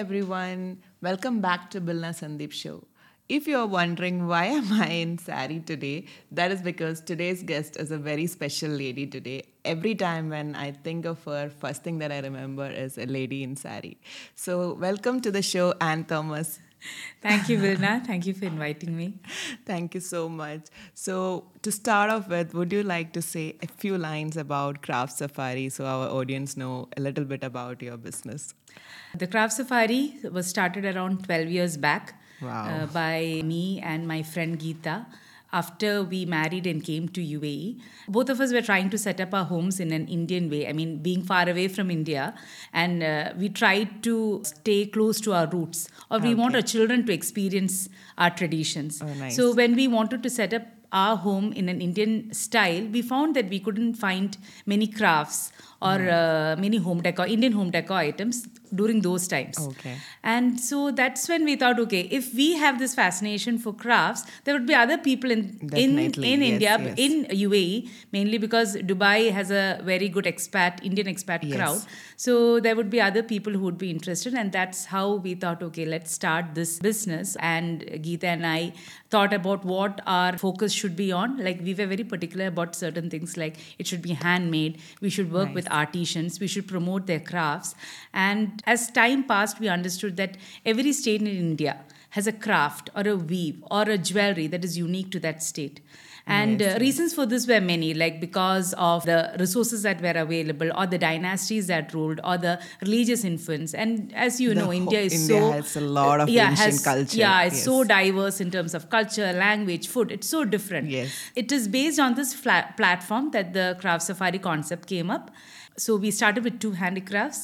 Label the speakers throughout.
Speaker 1: everyone. Welcome back to Bilna Sandeep Show. If you're wondering why am I in sari today, that is because today's guest is a very special lady today. Every time when I think of her, first thing that I remember is a lady in sari. So welcome to the show, Anne Thomas.
Speaker 2: Thank you, Vilna. Thank you for inviting me.
Speaker 1: Thank you so much. So, to start off with, would you like to say a few lines about Craft Safari so our audience know a little bit about your business?
Speaker 2: The Craft Safari was started around 12 years back
Speaker 1: Wow.
Speaker 2: uh, by me and my friend Geeta after we married and came to UAE. Both of us were trying to set up our homes in an Indian way, I mean, being far away from India. And uh, we tried to stay close to our roots, or we want our children to experience our traditions.
Speaker 1: Oh, nice.
Speaker 2: So, when we wanted to set up our home in an Indian style, we found that we couldn't find many crafts or
Speaker 1: Hmm.
Speaker 2: uh, many home decor, Indian home decor items during those times.
Speaker 1: Okay.
Speaker 2: And so that's when we thought, okay, if we have this fascination for crafts, there would be other people in in, in
Speaker 1: Definitely, yes,
Speaker 2: India,
Speaker 1: yes.
Speaker 2: in UAE, mainly because Dubai has a very good expat, Indian expat
Speaker 1: Yes.
Speaker 2: crowd. So there would be other people who would be interested, and that's how we thought, okay, let's start this business. And Geeta and I thought about what our focus should be on. Like we were very particular about certain things, like it should be handmade. We should work with artisans. We should promote their crafts. And as time passed, we understood that every state in India has a craft or a weave or a jewelry that is unique to that state. And uh, reasons for this were many, like because of the resources that were available, or the dynasties that ruled, or the religious influence. And as you
Speaker 1: The
Speaker 2: know,
Speaker 1: whole-
Speaker 2: India is
Speaker 1: India
Speaker 2: so
Speaker 1: has a lot of
Speaker 2: yeah,
Speaker 1: ancient
Speaker 2: has-
Speaker 1: culture.
Speaker 2: Yeah, it's so
Speaker 1: Yes.
Speaker 2: diverse in terms of culture, language, food. It's so different.
Speaker 1: Yes.
Speaker 2: It is based on this flat platform that the craft safari concept came up. So we started with two handicrafts,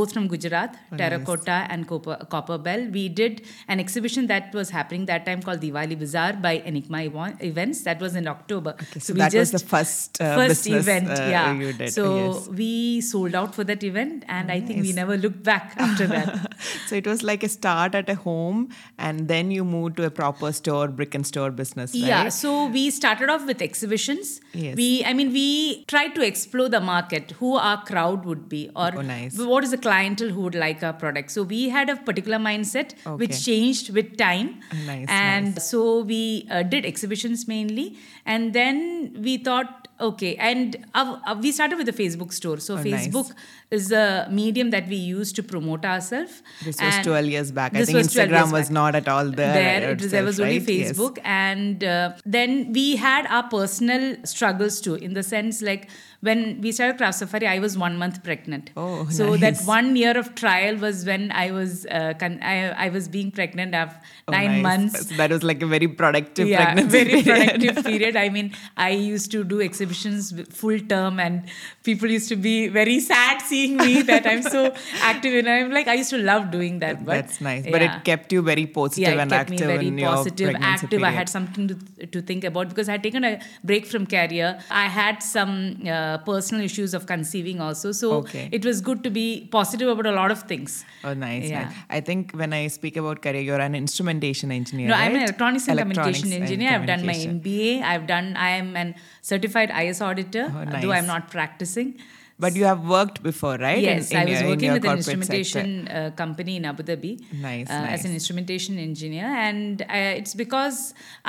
Speaker 2: both from
Speaker 1: Oh,
Speaker 2: Gujarat, terracotta and copper, copper bell. We did an exhibition that was happening that time called Diwali Bazaar by Enigma Evo- Events. That was in October.
Speaker 1: Okay, so that was the first, uh,
Speaker 2: first
Speaker 1: business,
Speaker 2: event.
Speaker 1: uh,
Speaker 2: yeah.
Speaker 1: you did,
Speaker 2: So
Speaker 1: yes.
Speaker 2: we sold out for that event, and I think we never looked back after that.
Speaker 1: so it was like a start at a home and then you moved to a proper store, brick and store business, right?
Speaker 2: Yeah, so we started off with exhibitions.
Speaker 1: Yes.
Speaker 2: We, I mean, we tried to explore the market, who our crowd would be, or
Speaker 1: Oh, nice.
Speaker 2: what is the clientele who would like our product. So we had a particular mindset,
Speaker 1: Okay.
Speaker 2: which changed with time.
Speaker 1: Nice,
Speaker 2: And so we uh, did exhibitions mainly, and then we thought, okay, and uh, uh, we started with a Facebook store. So
Speaker 1: Oh, nice.
Speaker 2: Facebook is the medium that we use to promote ourselves.
Speaker 1: This was
Speaker 2: And
Speaker 1: 12 years back. I
Speaker 2: this
Speaker 1: think
Speaker 2: was 12
Speaker 1: Instagram
Speaker 2: years
Speaker 1: was
Speaker 2: back
Speaker 1: not at all there.
Speaker 2: there. It was,
Speaker 1: itself,
Speaker 2: there was only
Speaker 1: right? Yes.
Speaker 2: Facebook, and uh, then we had our personal struggles too. In the sense, like when we started Craft Safari, I was one month pregnant.
Speaker 1: Oh,
Speaker 2: so
Speaker 1: nice.
Speaker 2: that one year of trial was when I was uh, con- I, I was being pregnant of
Speaker 1: Oh,
Speaker 2: nine
Speaker 1: nice.
Speaker 2: months.
Speaker 1: So that was like a very productive
Speaker 2: Yeah,
Speaker 1: pregnancy.
Speaker 2: very
Speaker 1: period.
Speaker 2: productive period. I mean, I used to do exhibitions with- full term, and people used to be very sad seeing me that I'm so active. And I'm like, I used to love doing that. But
Speaker 1: That's nice. But
Speaker 2: yeah
Speaker 1: it kept you very positive
Speaker 2: yeah, it
Speaker 1: and
Speaker 2: kept
Speaker 1: active
Speaker 2: me very
Speaker 1: in your
Speaker 2: positive,
Speaker 1: pregnancy
Speaker 2: active. I had
Speaker 1: period.
Speaker 2: something to, to think about because I had taken a break from career. I had some uh, personal issues of conceiving also, so
Speaker 1: Okay.
Speaker 2: it was good to be positive about a lot of things.
Speaker 1: Oh, nice,
Speaker 2: Yeah.
Speaker 1: nice. I think when I speak about career, you're an instrumentation engineer.
Speaker 2: No,
Speaker 1: right?
Speaker 2: I'm an electronics and communication
Speaker 1: Electronics and
Speaker 2: engineer. I've done my
Speaker 1: communication.
Speaker 2: MBA. I've done. I am an certified IS auditor,
Speaker 1: Oh,
Speaker 2: though
Speaker 1: nice.
Speaker 2: I'm not practicing.
Speaker 1: But you have worked before, right? In-
Speaker 2: Yes,
Speaker 1: in
Speaker 2: I was
Speaker 1: your- in
Speaker 2: working
Speaker 1: your
Speaker 2: with an
Speaker 1: corporate sector.
Speaker 2: instrumentation uh, company in Abu Dhabi
Speaker 1: Nice,
Speaker 2: uh,
Speaker 1: nice.
Speaker 2: as an instrumentation engineer. And uh, it's because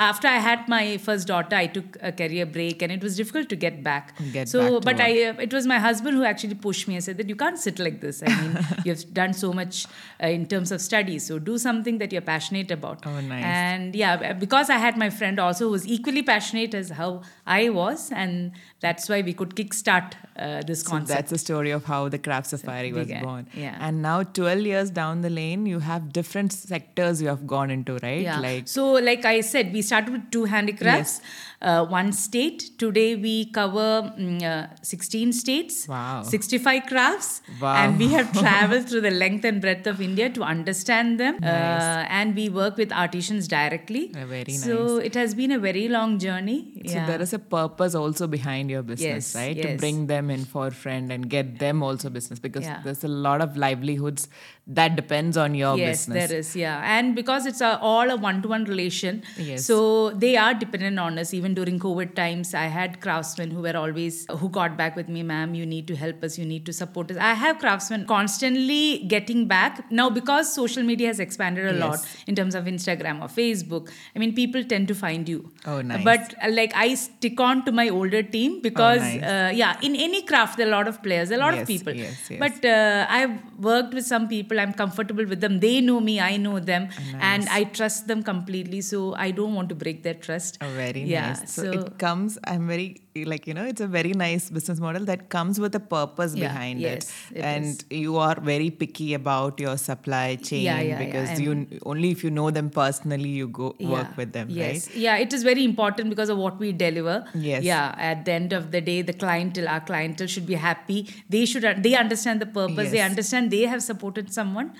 Speaker 2: after I had my first daughter, I took a career break and it was difficult to get back.
Speaker 1: Get
Speaker 2: so,
Speaker 1: back to
Speaker 2: but I, uh, it was my husband who actually pushed me and said that you can't sit like this. I mean, you've done so much uh, in terms of studies, so do something that you're passionate about.
Speaker 1: Oh, nice.
Speaker 2: And yeah, because I had my friend also who was equally passionate as how I was, and that's why we could kickstart uh, this concept.
Speaker 1: That's the story of how the craft safari was
Speaker 2: began,
Speaker 1: born.
Speaker 2: yeah.
Speaker 1: And now, 12 years down the lane, you have different sectors you have gone into, right?
Speaker 2: Yeah.
Speaker 1: Like,
Speaker 2: so, like I said, we started with two handicrafts, uh, one state. Today we cover mm, uh, 16 states,
Speaker 1: Wow.
Speaker 2: 65 crafts,
Speaker 1: Wow.
Speaker 2: and we have traveled through the length and breadth of India to understand them. Uh, and we work with artisans directly.
Speaker 1: Uh, very
Speaker 2: So it has been a very long journey.
Speaker 1: so
Speaker 2: Yeah.
Speaker 1: there is a purpose also behind your business,
Speaker 2: Yes,
Speaker 1: right? To
Speaker 2: yes.
Speaker 1: bring them in for a friend and get them also business because
Speaker 2: Yeah.
Speaker 1: there's a lot of livelihoods that depends on your
Speaker 2: yes,
Speaker 1: business.
Speaker 2: there is. Yeah, and because it's a, all a one-to-one relation,
Speaker 1: Yes.
Speaker 2: so they are dependent on us. Even during COVID times, I had craftsmen who were always who got back with me, ma'am. You need to help us. You need to support us. I have craftsmen constantly getting back now because social media has expanded a lot in terms of Instagram or Facebook. I mean, people tend to find you.
Speaker 1: Oh, nice. Oh,
Speaker 2: But uh, like I stick on to my older team because
Speaker 1: nice.
Speaker 2: uh, yeah, in any craft there are a lot of players, there are a lot of
Speaker 1: Yes,
Speaker 2: people.
Speaker 1: yes, yes.
Speaker 2: But but uh, I've worked with some people. I'm comfortable with them. They know me. I know them,
Speaker 1: Oh,
Speaker 2: and I trust them completely. So I don't want to break that trust.
Speaker 1: Oh, very
Speaker 2: yeah,
Speaker 1: nice. So,
Speaker 2: So,
Speaker 1: it comes, I'm very, like, you know, it's a very nice business model that comes with a purpose
Speaker 2: Yeah,
Speaker 1: behind
Speaker 2: yes,
Speaker 1: it.
Speaker 2: it
Speaker 1: and
Speaker 2: is.
Speaker 1: you are very picky about your supply chain
Speaker 2: yeah, yeah,
Speaker 1: because
Speaker 2: I'm-
Speaker 1: you only if you know them personally, you go work
Speaker 2: yeah,
Speaker 1: with them,
Speaker 2: Yes.
Speaker 1: right?
Speaker 2: Yeah, it is very important because of what we deliver.
Speaker 1: Yes.
Speaker 2: Yeah. At the end of the day, the clientele, our clientele should be happy. They should. They understand the purpose. They
Speaker 1: Yes.
Speaker 2: understand they have supported someone.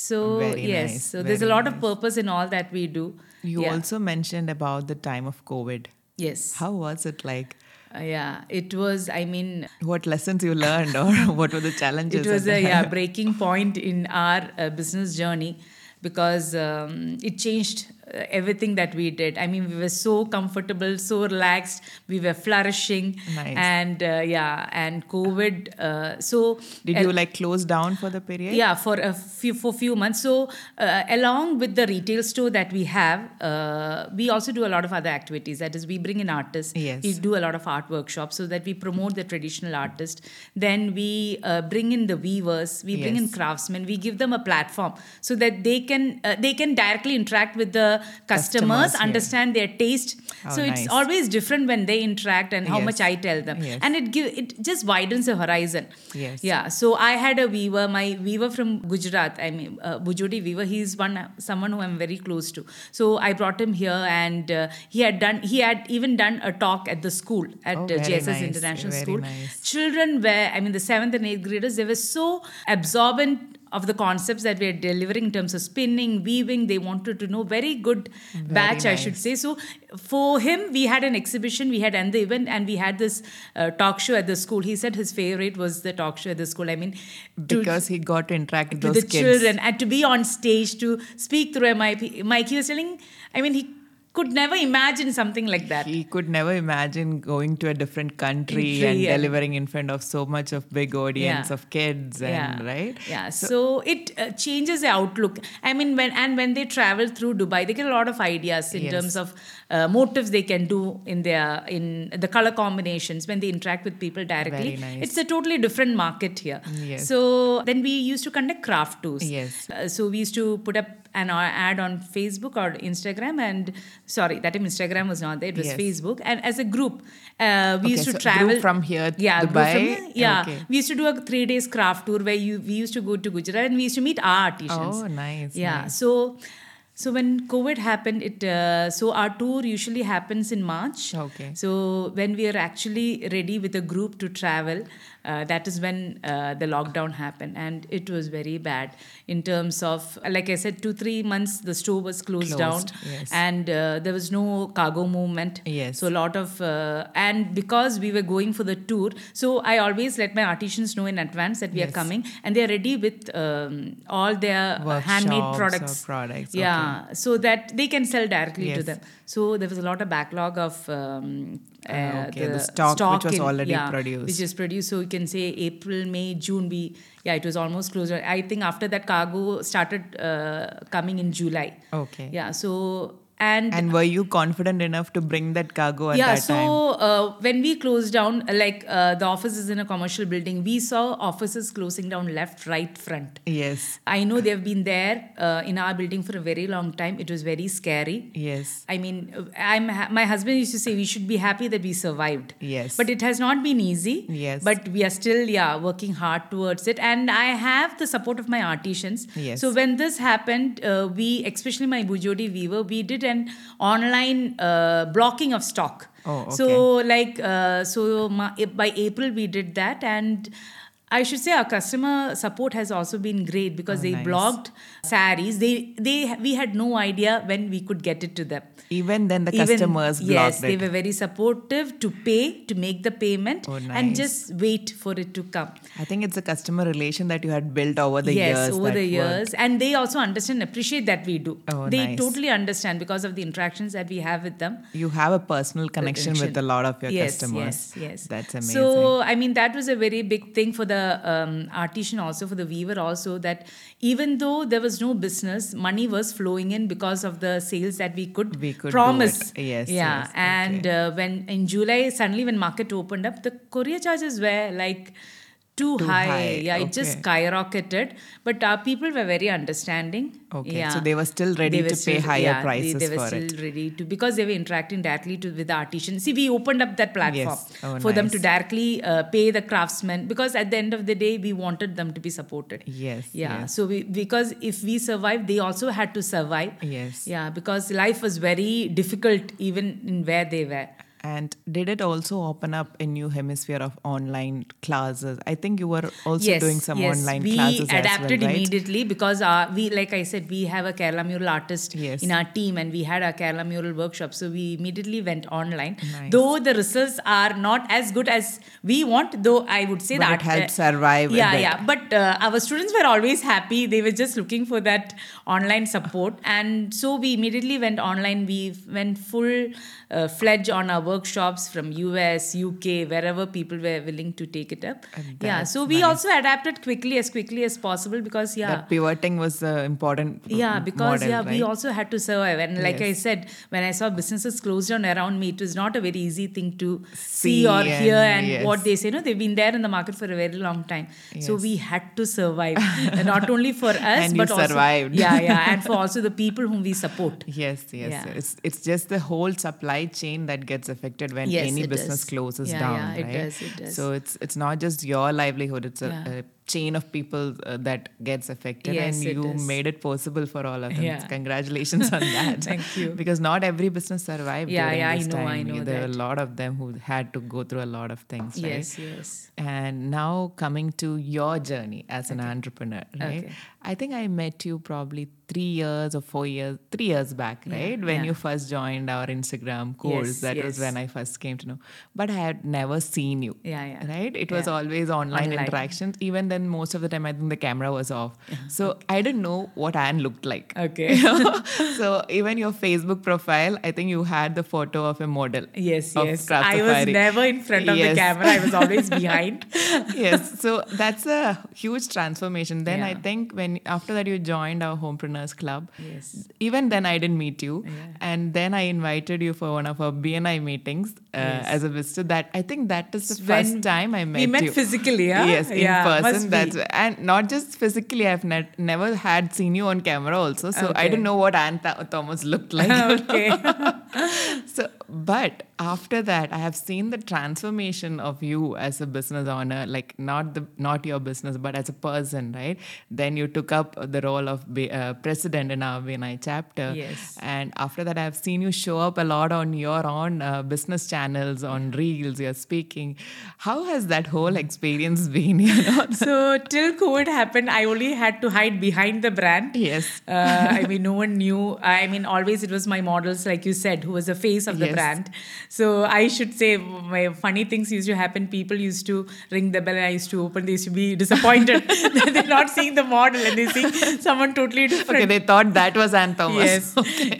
Speaker 2: So
Speaker 1: Very
Speaker 2: yes.
Speaker 1: nice,
Speaker 2: So there's a
Speaker 1: very
Speaker 2: lot of purpose in all that we do.
Speaker 1: You
Speaker 2: yeah.
Speaker 1: also mentioned about the time of COVID.
Speaker 2: Yes.
Speaker 1: How was it like?
Speaker 2: Uh, yeah. It was. I mean,
Speaker 1: What lessons you learned or what were the challenges?
Speaker 2: it was
Speaker 1: and-
Speaker 2: a yeah, breaking point in our uh, business journey because um, it changed uh, everything that we did i mean we were so comfortable so relaxed we were flourishing
Speaker 1: Nice.
Speaker 2: and uh, yeah and covid uh, so
Speaker 1: Did you like close down for the period?
Speaker 2: yeah for a few for few months so uh, along with the retail store that we have uh, we also do a lot of other activities that is we bring in artists
Speaker 1: Yes.
Speaker 2: we do a lot of art workshops so that we promote the traditional artist then we uh, bring in the weavers we bring in
Speaker 1: Yes.
Speaker 2: craftsmen we give them a platform so that they can uh, they can directly interact with the customers,
Speaker 1: Customers, yeah.
Speaker 2: understand their taste
Speaker 1: Oh,
Speaker 2: so it's
Speaker 1: nice.
Speaker 2: always different when they interact and how
Speaker 1: Yes.
Speaker 2: much i tell them
Speaker 1: Yes.
Speaker 2: and it give it just widens the horizon
Speaker 1: Yes.
Speaker 2: yeah so i had a weaver my weaver from gujarat i mean uh, bujodi weaver he's one someone who i'm very close to so i brought him here and uh, he had done he had even done a talk at the school at
Speaker 1: Oh,
Speaker 2: uh,
Speaker 1: very
Speaker 2: jss
Speaker 1: nice,
Speaker 2: international
Speaker 1: very
Speaker 2: school
Speaker 1: nice.
Speaker 2: children were i mean the 7th and 8th graders they were so absorbent of the concepts that we are delivering in terms of spinning weaving they wanted to know very good batch i should say so for him we had an exhibition we had and the event and we had this uh, talk show at the school he said his favorite was the talk show at the school i mean to
Speaker 1: Because he got to interact with
Speaker 2: to
Speaker 1: those
Speaker 2: the
Speaker 1: kids.
Speaker 2: children and to be on stage to speak through a mic mic he was telling i mean he could never imagine something like that
Speaker 1: He could never imagine going to a different country
Speaker 2: Country
Speaker 1: and
Speaker 2: and-
Speaker 1: delivering in front of so much of big audience
Speaker 2: Yeah.
Speaker 1: of kids and
Speaker 2: yeah.
Speaker 1: right.
Speaker 2: yeah so, it uh, changes the outlook i mean when and when they travel through dubai they get a lot of ideas in
Speaker 1: Yes.
Speaker 2: terms of uh, motives they can do in their in the color combinations when they interact with people directly
Speaker 1: Very nice.
Speaker 2: it's a totally different market here
Speaker 1: Yes.
Speaker 2: so then we used to conduct craft tours
Speaker 1: Yes.
Speaker 2: uh, so we used to put up an uh, ad on Facebook or Instagram, and sorry, that time Instagram was not there; it was
Speaker 1: Yes.
Speaker 2: Facebook. And as a group, uh, we
Speaker 1: Okay,
Speaker 2: used
Speaker 1: so
Speaker 2: to
Speaker 1: group
Speaker 2: travel
Speaker 1: from here to
Speaker 2: yeah, group
Speaker 1: Dubai?
Speaker 2: from here, yeah,
Speaker 1: Okay.
Speaker 2: we used to do a three days craft tour where you we used to go to Gujarat and we used to meet our artisans.
Speaker 1: Oh, nice.
Speaker 2: yeah.
Speaker 1: nice.
Speaker 2: So, so when COVID happened, it uh, so our tour usually happens in March.
Speaker 1: Okay.
Speaker 2: So when we are actually ready with a group to travel, uh, that is when uh, the lockdown happened, and it was very bad in terms of, like I said, two three months the store was closed, down,
Speaker 1: Closed, yes.
Speaker 2: and uh, there was no cargo movement.
Speaker 1: Yes.
Speaker 2: So a lot of uh, and because we were going for the tour, so I always let my artisans know in advance that we are
Speaker 1: Yes.
Speaker 2: coming, and they are ready with um, all their uh, handmade
Speaker 1: Workshops or
Speaker 2: products.
Speaker 1: products,
Speaker 2: Yeah, so that they can sell directly to
Speaker 1: Yes.
Speaker 2: them. So there was a lot of backlog of um, uh,
Speaker 1: Ah, okay, the stock which was already
Speaker 2: yeah,
Speaker 1: produced.
Speaker 2: which is produced. So you can say April, May, June. We yeah, it was almost closed. I think after that cargo started uh, coming in July.
Speaker 1: Okay.
Speaker 2: Yeah, so and
Speaker 1: And were you confident enough to bring that cargo at
Speaker 2: yeah
Speaker 1: that
Speaker 2: so
Speaker 1: time?
Speaker 2: Uh, when we closed down uh, like uh, the office is in a commercial building we saw offices closing down left right front
Speaker 1: Yes.
Speaker 2: i know they've been there uh, in our building for a very long time it was very scary
Speaker 1: Yes.
Speaker 2: I mean, uh, I'm ha- my husband used to say we should be happy that we survived.
Speaker 1: Yes.
Speaker 2: But it has not been easy.
Speaker 1: Yes.
Speaker 2: But we are still, yeah, working hard towards it. And I have the support of my artisans.
Speaker 1: Yes.
Speaker 2: So when this happened, uh, we, especially my Bujodi weaver, we did an online uh, blocking of stock.
Speaker 1: Oh,
Speaker 2: eh, So like, uh, so ma- by April we did that and. I should say our customer support has also been great because
Speaker 1: Oh,
Speaker 2: they
Speaker 1: nice.
Speaker 2: blocked saris. They they we had no idea when we could get it to them.
Speaker 1: Even then, the
Speaker 2: Even-
Speaker 1: customers blocked
Speaker 2: yes, they
Speaker 1: it.
Speaker 2: were very supportive to pay to make the payment
Speaker 1: Oh,
Speaker 2: and
Speaker 1: nice.
Speaker 2: just wait for it to come.
Speaker 1: I think it's a customer relation that you had built over the
Speaker 2: yes,
Speaker 1: years.
Speaker 2: over
Speaker 1: that
Speaker 2: the
Speaker 1: worked.
Speaker 2: years, and they also understand, and appreciate that we do.
Speaker 1: Oh,
Speaker 2: they
Speaker 1: nice.
Speaker 2: totally understand because of the interactions that we have with them.
Speaker 1: You have a personal connection with a lot of your
Speaker 2: yes,
Speaker 1: customers.
Speaker 2: Yes, yes,
Speaker 1: That's amazing.
Speaker 2: So I mean, that was a very big thing for the um, artisan, also for the weaver, also that even though there was no business, money was flowing in because of the sales that we could,
Speaker 1: We could do
Speaker 2: promise.
Speaker 1: it. Yes,
Speaker 2: yeah.
Speaker 1: yes,
Speaker 2: and uh, when in July suddenly when market opened up, the courier charges were like. Too,
Speaker 1: Too
Speaker 2: high.
Speaker 1: high,
Speaker 2: yeah. It just
Speaker 1: okay.
Speaker 2: skyrocketed, but our people were very understanding.
Speaker 1: Okay,
Speaker 2: yeah.
Speaker 1: so they were still ready
Speaker 2: They were
Speaker 1: to pay
Speaker 2: still-
Speaker 1: higher
Speaker 2: yeah, they-
Speaker 1: prices
Speaker 2: they, were
Speaker 1: for
Speaker 2: still
Speaker 1: it.
Speaker 2: ready to because they were interacting directly to with the artisans. See, we opened up that platform
Speaker 1: Yes. Oh,
Speaker 2: for them to
Speaker 1: nice.
Speaker 2: directly uh, pay the craftsmen because at the end of the day, we wanted them to be supported.
Speaker 1: Yes.
Speaker 2: Yeah.
Speaker 1: Yes.
Speaker 2: So we because if we survived, they also had to survive.
Speaker 1: yes.
Speaker 2: Yeah, because life was very difficult even in where they were.
Speaker 1: And did it also open up a new hemisphere of online classes? I think you were also doing some online
Speaker 2: we
Speaker 1: classes
Speaker 2: adapted
Speaker 1: as well, right?
Speaker 2: immediately because our, we, like I said, we have a Kerala mural artist
Speaker 1: Yes.
Speaker 2: in our team, and we had our Kerala mural workshop. So we immediately went online.
Speaker 1: Nice.
Speaker 2: Though the results are not as good as we want, though I would say
Speaker 1: But
Speaker 2: that
Speaker 1: it
Speaker 2: uh,
Speaker 1: helped survive a
Speaker 2: Yeah,
Speaker 1: bit.
Speaker 2: yeah. But uh, our students were always happy. They were just looking for that online support, and so we immediately went online. We went full uh, fledged on our workshops from US, UK, wherever people were willing to take it up. Yeah. So we also adapted quickly as quickly as possible because yeah
Speaker 1: That pivoting was the important
Speaker 2: yeah
Speaker 1: m-
Speaker 2: because
Speaker 1: model,
Speaker 2: yeah we
Speaker 1: right?
Speaker 2: also had to survive and like i
Speaker 1: Yes.
Speaker 2: said when i saw businesses closed down around me it was not a very easy thing to see,
Speaker 1: See
Speaker 2: or
Speaker 1: and-
Speaker 2: hear and
Speaker 1: yes.
Speaker 2: what they say no they've been there in the market for a very long time so
Speaker 1: Yes.
Speaker 2: we had to survive not only for us
Speaker 1: And you
Speaker 2: but also
Speaker 1: survived.
Speaker 2: yeah yeah and for also the people whom we support
Speaker 1: Yes, yes.
Speaker 2: Yeah.
Speaker 1: It's it's just the whole supply chain that gets affected when
Speaker 2: Yes,
Speaker 1: any
Speaker 2: it
Speaker 1: business
Speaker 2: does.
Speaker 1: closes
Speaker 2: Yeah,
Speaker 1: down,
Speaker 2: yeah, it
Speaker 1: right?
Speaker 2: does, it does.
Speaker 1: So it's it's not just your livelihood; it's a,
Speaker 2: Yeah.
Speaker 1: a chain of people uh, that gets affected,
Speaker 2: Yes,
Speaker 1: and
Speaker 2: it
Speaker 1: you
Speaker 2: is.
Speaker 1: made it possible for all of them.
Speaker 2: Yeah.
Speaker 1: Congratulations on that.
Speaker 2: Thank you.
Speaker 1: Because not every business survived.
Speaker 2: Yeah,
Speaker 1: during
Speaker 2: yeah, I
Speaker 1: this
Speaker 2: know, I
Speaker 1: time.
Speaker 2: know
Speaker 1: There were a
Speaker 2: that.
Speaker 1: lot of them who had to go through a lot of things, right?
Speaker 2: yes yes
Speaker 1: And now coming to your journey as an entrepreneur, right?
Speaker 2: Okay.
Speaker 1: I think I met you probably three years or four years, three years back, right? When
Speaker 2: yeah.
Speaker 1: you first joined our Instagram course,
Speaker 2: Yes,
Speaker 1: that was
Speaker 2: yes.
Speaker 1: when I first came to know. But I had never seen you.
Speaker 2: Yeah, yeah.
Speaker 1: Right? It was
Speaker 2: Yeah.
Speaker 1: always online,
Speaker 2: Online.
Speaker 1: interactions. Even then, most of the time, I think the camera was off. So I didn't know what Anne looked like.
Speaker 2: okay
Speaker 1: so even your Facebook profile, I think you had the photo of a model.
Speaker 2: yes
Speaker 1: of
Speaker 2: yes
Speaker 1: Craft
Speaker 2: i was
Speaker 1: Safari.
Speaker 2: never in front of
Speaker 1: Yes.
Speaker 2: the camera i was always behind
Speaker 1: yes so that's a huge transformation then i
Speaker 2: Yeah.
Speaker 1: think when after that you joined our homepreneurs club
Speaker 2: yes
Speaker 1: even then i didn't meet you
Speaker 2: Yeah.
Speaker 1: and then i invited you for one of our bni meetings uh,
Speaker 2: Yes.
Speaker 1: as a visitor that i think that is the
Speaker 2: When
Speaker 1: first time i met
Speaker 2: we met
Speaker 1: you
Speaker 2: physically yeah?
Speaker 1: Yes, in
Speaker 2: Yeah, must
Speaker 1: person.
Speaker 2: be.
Speaker 1: That's and not just physically. I've net, never had seen you on camera also, so I
Speaker 2: Okay.
Speaker 1: didn't know what Anne Th- Thomas looked like.
Speaker 2: okay
Speaker 1: So, but after that, I have seen the transformation of you as a business owner, like not the not your business, but as a person, right? Then you took up the role of be, uh, president in our BNI chapter,
Speaker 2: Yes.
Speaker 1: And after that, I have seen you show up a lot on your own uh, business channels, on reels. You're speaking. How has that whole experience been? You know?
Speaker 2: so till COVID happened, I only had to hide behind the brand.
Speaker 1: Yes.
Speaker 2: Uh, I mean, no one knew. I mean, always it was my models, like you said, who was the face of the
Speaker 1: Yes.
Speaker 2: brand. So I should say, my funny things used to happen. People used to ring the bell, and I used to open. They used to be disappointed that they're not seeing the model and they're seeing someone totally different.
Speaker 1: Okay, they thought that was Anne Thomas.
Speaker 2: Yes,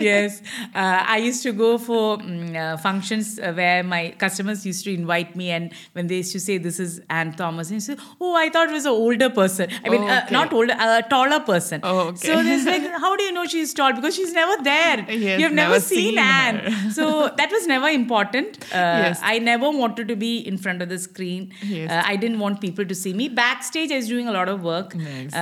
Speaker 2: yes. Uh, I used to go for mm, uh, functions uh, where my customers used to invite me, and when they used to say, "This is Ann Thomas," and you say, "Oh, I thought it was an older person. I mean, uh,
Speaker 1: Okay.
Speaker 2: not older, a taller person."
Speaker 1: Oh, okay.
Speaker 2: So there's like, how do you know she's tall? Because she's never there.
Speaker 1: Yes,
Speaker 2: You've never,
Speaker 1: never
Speaker 2: seen,
Speaker 1: seen
Speaker 2: Anne. so that was never important. Uh,
Speaker 1: Yes.
Speaker 2: I never wanted to be in front of the screen.
Speaker 1: Yes.
Speaker 2: Uh, I didn't want people to see me backstage. I was doing a lot of work
Speaker 1: Nice.
Speaker 2: uh,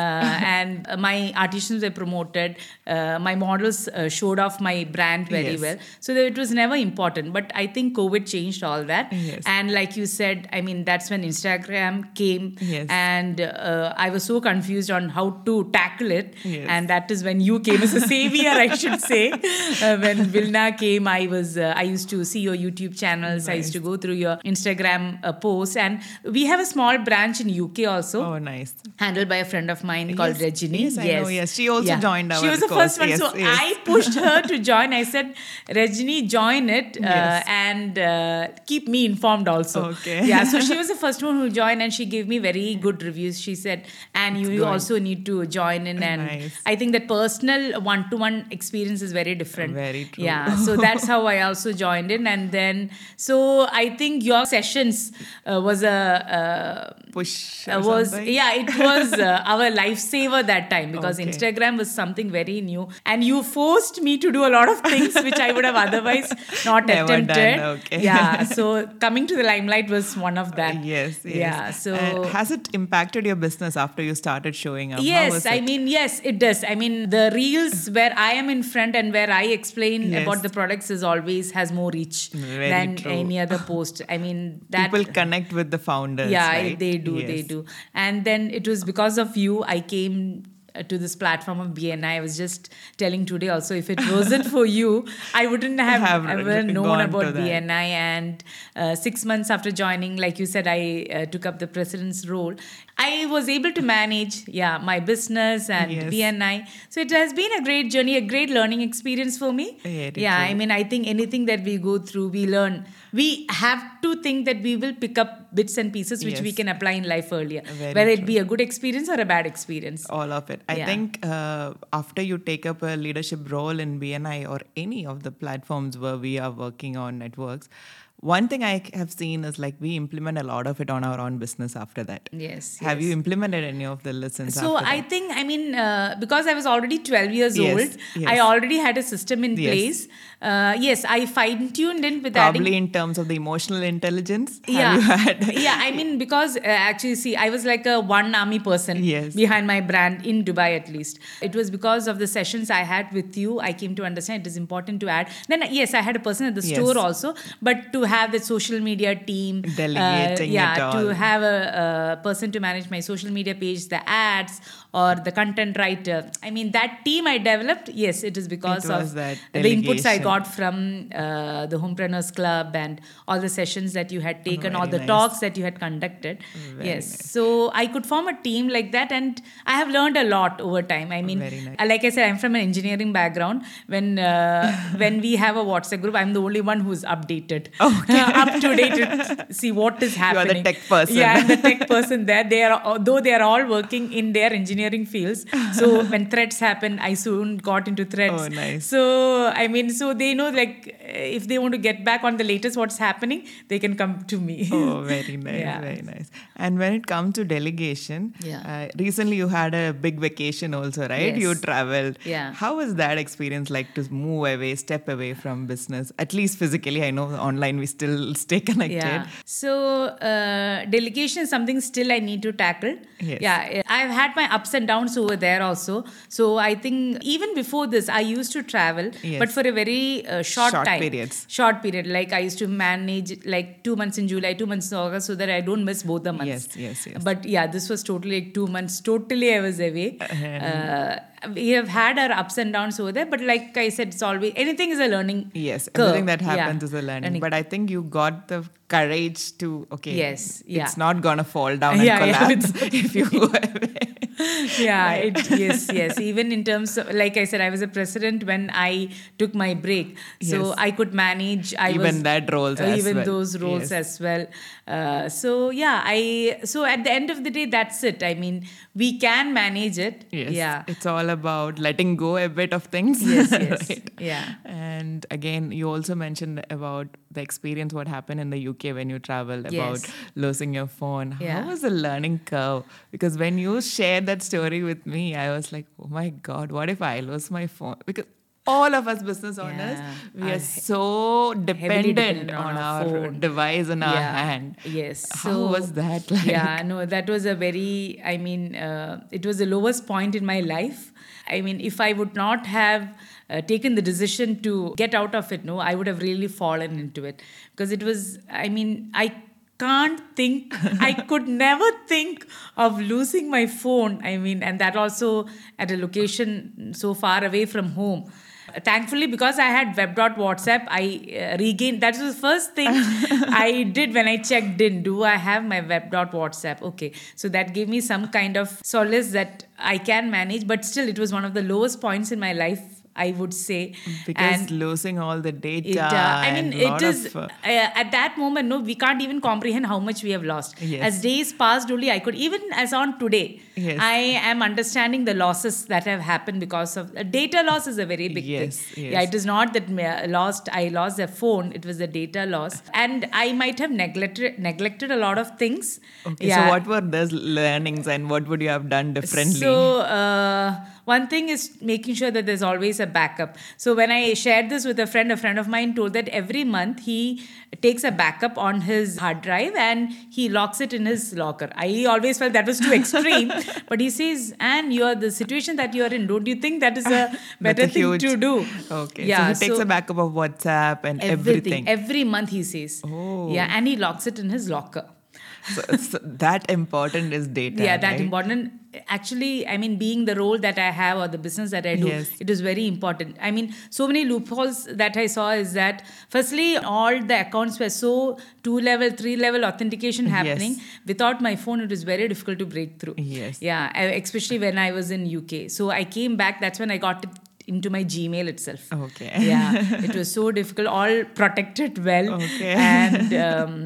Speaker 2: and uh, my artisans were promoted. Uh, my models uh, showed off my brand very
Speaker 1: Yes.
Speaker 2: well. So that it was never important. But I think COVID changed all that.
Speaker 1: Yes.
Speaker 2: And like you said, I mean, that's when Instagram came.
Speaker 1: Yes.
Speaker 2: And uh, I was so confused on how to tackle it.
Speaker 1: Yes.
Speaker 2: And that is when you came as a savior, I should say. Uh, when Vilna came, I was uh, I used to see your YouTube channels. I used to go through your Instagram uh, posts, and we have a small branch in UK also.
Speaker 1: Oh, nice.
Speaker 2: Handled by a friend of mine called
Speaker 1: Yes,
Speaker 2: Regini.
Speaker 1: yes, I know, yes. She also joined
Speaker 2: She
Speaker 1: our
Speaker 2: was the
Speaker 1: course.
Speaker 2: first one,
Speaker 1: Yes,
Speaker 2: so
Speaker 1: yes.
Speaker 2: I pushed her to join. I said, Regini, join it uh,
Speaker 1: Yes.
Speaker 2: and uh, keep me informed also.
Speaker 1: Okay.
Speaker 2: Yeah, so she was the first one who joined, and she gave me very good reviews. She said, and you, you
Speaker 1: good.
Speaker 2: also need to join in, and
Speaker 1: Nice.
Speaker 2: I think that personal one-to-one experience is very different.
Speaker 1: Very true.
Speaker 2: Yeah, so that's how I also joined in, and then so I think your sessions uh, was a. Uh,
Speaker 1: Push.
Speaker 2: uh,
Speaker 1: or
Speaker 2: was
Speaker 1: something.
Speaker 2: yeah it was uh, our lifesaver that time because
Speaker 1: Okay.
Speaker 2: instagram was something very new and you forced me to do a lot of things which i would have otherwise not
Speaker 1: Never done,
Speaker 2: attempted
Speaker 1: okay.
Speaker 2: yeah so coming to the limelight was one of that
Speaker 1: Yes, yes.
Speaker 2: yeah so
Speaker 1: And has it impacted your business after you started showing up? How
Speaker 2: Yes,
Speaker 1: was
Speaker 2: I
Speaker 1: it?
Speaker 2: mean, yes, it does. I mean, the reels where I am in front and where I explain
Speaker 1: Yes.
Speaker 2: about the products is always has more reach
Speaker 1: Very
Speaker 2: than
Speaker 1: true.
Speaker 2: any other post. I mean, that
Speaker 1: people connect with the founders.
Speaker 2: yeah
Speaker 1: right?
Speaker 2: they do they
Speaker 1: Yes.
Speaker 2: do and then it was because of you i came uh, to this platform of bni i was just telling today also if it wasn't for you i wouldn't have,
Speaker 1: Have
Speaker 2: ever known
Speaker 1: gone to
Speaker 2: about
Speaker 1: that.
Speaker 2: bni and uh, six months after joining like you said i uh, took up the president's role i was able to manage yeah my business and
Speaker 1: Yes.
Speaker 2: bni so it has been a great journey a great learning experience for me
Speaker 1: Very
Speaker 2: yeah
Speaker 1: true.
Speaker 2: i mean i think anything that we go through we learn we have to think that we will pick up bits and pieces which we
Speaker 1: Yes.
Speaker 2: can apply in life earlier
Speaker 1: Very
Speaker 2: whether it be a good experience or a bad experience
Speaker 1: all of it. I
Speaker 2: Yeah.
Speaker 1: think uh, after you take up a leadership role in BNI or any of the platforms where we are working on networks, one thing I have seen is like we implement a lot of it on our own business after that.
Speaker 2: yes
Speaker 1: Have
Speaker 2: yes.
Speaker 1: you implemented any of the lessons?
Speaker 2: so
Speaker 1: after
Speaker 2: i
Speaker 1: that?
Speaker 2: think i mean uh, because i was already 12 years
Speaker 1: Yes,
Speaker 2: old
Speaker 1: yes.
Speaker 2: i already had a system in
Speaker 1: Yes.
Speaker 2: place uh, yes i fine-tuned in with adding
Speaker 1: probably in terms of the emotional intelligence.
Speaker 2: yeah
Speaker 1: Have you had?
Speaker 2: yeah i mean because uh, actually see i was like a one army person
Speaker 1: Yes.
Speaker 2: behind my brand in dubai at least it was because of the sessions i had with you i came to understand it is important to add then uh, yes i had a person at the
Speaker 1: Yes.
Speaker 2: store also but to have the social media team uh,
Speaker 1: Delegating
Speaker 2: yeah
Speaker 1: it
Speaker 2: to
Speaker 1: all.
Speaker 2: have a, a person to manage my social media page the ads or the content writer i mean that team i developed yes it is because
Speaker 1: It was
Speaker 2: of
Speaker 1: that
Speaker 2: the inputs i
Speaker 1: delegation.
Speaker 2: got got from uh, the Homepreneurs Club and all the sessions that you had taken, all
Speaker 1: Very
Speaker 2: the
Speaker 1: nice.
Speaker 2: talks that you had conducted. yes. So I could form a team like that, and I have learned a lot over time. I mean,
Speaker 1: Very nice.
Speaker 2: uh, like I said, I'm from an engineering background. When uh, when we have a WhatsApp group, I'm the only one who's updated, up to date, to see what is
Speaker 1: the
Speaker 2: happening.
Speaker 1: tech person.
Speaker 2: Yeah, I'm the tech person there. They are though they are all working in their engineering fields. So when threats happen, I soon got into threats.
Speaker 1: Oh, nice.
Speaker 2: So I mean, so they know like uh, if they want to get back on the latest what's happening, they can come to me.
Speaker 1: Oh, very nice,
Speaker 2: Yeah.
Speaker 1: very nice. And when it comes to delegation,
Speaker 2: Yeah.
Speaker 1: uh, recently you had a big vacation also, right? You
Speaker 2: Yes.
Speaker 1: traveled.
Speaker 2: Yeah.
Speaker 1: How was that experience like to move away, step away from business? At least physically, I know online we still stay connected.
Speaker 2: Yeah. So uh, delegation is something still I need to tackle.
Speaker 1: Yes.
Speaker 2: Yeah. I've had my ups and downs over there also. So I think even before this, I used to travel,
Speaker 1: Yes.
Speaker 2: but for a very uh, short,
Speaker 1: Short
Speaker 2: time.
Speaker 1: periods.
Speaker 2: Short period. Like I used to manage like two months in July, two months in August, so that I don't miss both the months.
Speaker 1: Yes, yes, yes.
Speaker 2: But yeah, this was totally like two months. Totally, I was away.
Speaker 1: Uh-huh.
Speaker 2: Uh, we have had our ups and downs over there, but like I said, it's always anything is a learning.
Speaker 1: Yes,
Speaker 2: curve.
Speaker 1: everything that
Speaker 2: Yeah.
Speaker 1: happens is a learning. But I think you got the courage to okay.
Speaker 2: Yes, yeah.
Speaker 1: It's not gonna fall down and
Speaker 2: Yeah, yeah,
Speaker 1: collapse if you go away.
Speaker 2: yeah it, yes yes even in terms of like i said i was a president when i took my break so
Speaker 1: Yes.
Speaker 2: i could manage i
Speaker 1: Even
Speaker 2: was,
Speaker 1: that roles
Speaker 2: uh,
Speaker 1: as
Speaker 2: even
Speaker 1: well.
Speaker 2: those roles
Speaker 1: Yes.
Speaker 2: as well uh, so yeah i so at the end of the day that's it i mean we can manage it
Speaker 1: Yes.
Speaker 2: yeah
Speaker 1: It's all about letting go a bit of things.
Speaker 2: yes yes
Speaker 1: Right.
Speaker 2: yeah
Speaker 1: And again, you also mentioned about the experience what happened in the UK when you traveled about
Speaker 2: Yes.
Speaker 1: losing your phone.
Speaker 2: Yeah.
Speaker 1: How was the learning curve? Because when you shared that story with me, I was like, oh my God, what if I lose my phone? Because all of us business owners,
Speaker 2: Yeah.
Speaker 1: we
Speaker 2: Are
Speaker 1: are so dependent,
Speaker 2: dependent on
Speaker 1: on,
Speaker 2: our
Speaker 1: our
Speaker 2: phone.
Speaker 1: device and our
Speaker 2: Yeah.
Speaker 1: hand.
Speaker 2: Yes.
Speaker 1: How was that like?
Speaker 2: Yeah, no, that was a very, I mean, uh, it was the lowest point in my life. I mean, if I would not have uh, taken the decision to get out of it, no, I would have really fallen into it. Because it was, I mean, I can't think, I could never think of losing my phone. I mean, and that also at a location so far away from home. Thankfully, because I had web.whatsapp, I uh, regained. That was the first thing I did when I checked in. Do I have my web.whatsapp? Okay. So that gave me some kind of solace that I can manage. But still, it was one of the lowest points in my life I would say.
Speaker 1: Because
Speaker 2: and
Speaker 1: losing all the data.
Speaker 2: it, uh, I mean,
Speaker 1: and
Speaker 2: it
Speaker 1: lot
Speaker 2: is
Speaker 1: of, uh,
Speaker 2: uh, at that moment. No, we can't even comprehend how much we have lost.
Speaker 1: Yes.
Speaker 2: As days passed, only I could even as on today,
Speaker 1: Yes.
Speaker 2: I am understanding the losses that have happened because of uh, data loss is a very big
Speaker 1: Yes,
Speaker 2: thing.
Speaker 1: yes.
Speaker 2: Yeah, it is not that ma- lost. I lost a phone. It was the data loss, and I might have neglected neglected a lot of things.
Speaker 1: okay, So, what were those learnings and what would you have done differently?
Speaker 2: So uh, one thing is making sure that there's always a backup. So when I shared this with a friend, a friend of mine told that every month he takes a backup on his hard drive and he locks it in his locker. I always felt that was too extreme, but he says, "And you're the situation that you're in. Don't you think that is a better
Speaker 1: That's a
Speaker 2: thing
Speaker 1: huge-
Speaker 2: to do?"
Speaker 1: Okay. so, he takes a backup of WhatsApp and everything.
Speaker 2: Every month he says,
Speaker 1: Oh.
Speaker 2: yeah, and he locks it in his locker.
Speaker 1: so, so that important is data.
Speaker 2: yeah that
Speaker 1: right?
Speaker 2: important actually i mean being the role that i have or the business that i do
Speaker 1: Yes.
Speaker 2: it is very important i mean so many loopholes that i saw is that firstly all the accounts were so two level three level authentication happening without my phone it was very difficult to break through
Speaker 1: Yes.
Speaker 2: yeah I- especially when i was in uk so i came back that's when i got it into my gmail
Speaker 1: Oh,
Speaker 2: itself
Speaker 1: Okay.
Speaker 2: yeah it was so difficult all protected well
Speaker 1: Okay.
Speaker 2: and um,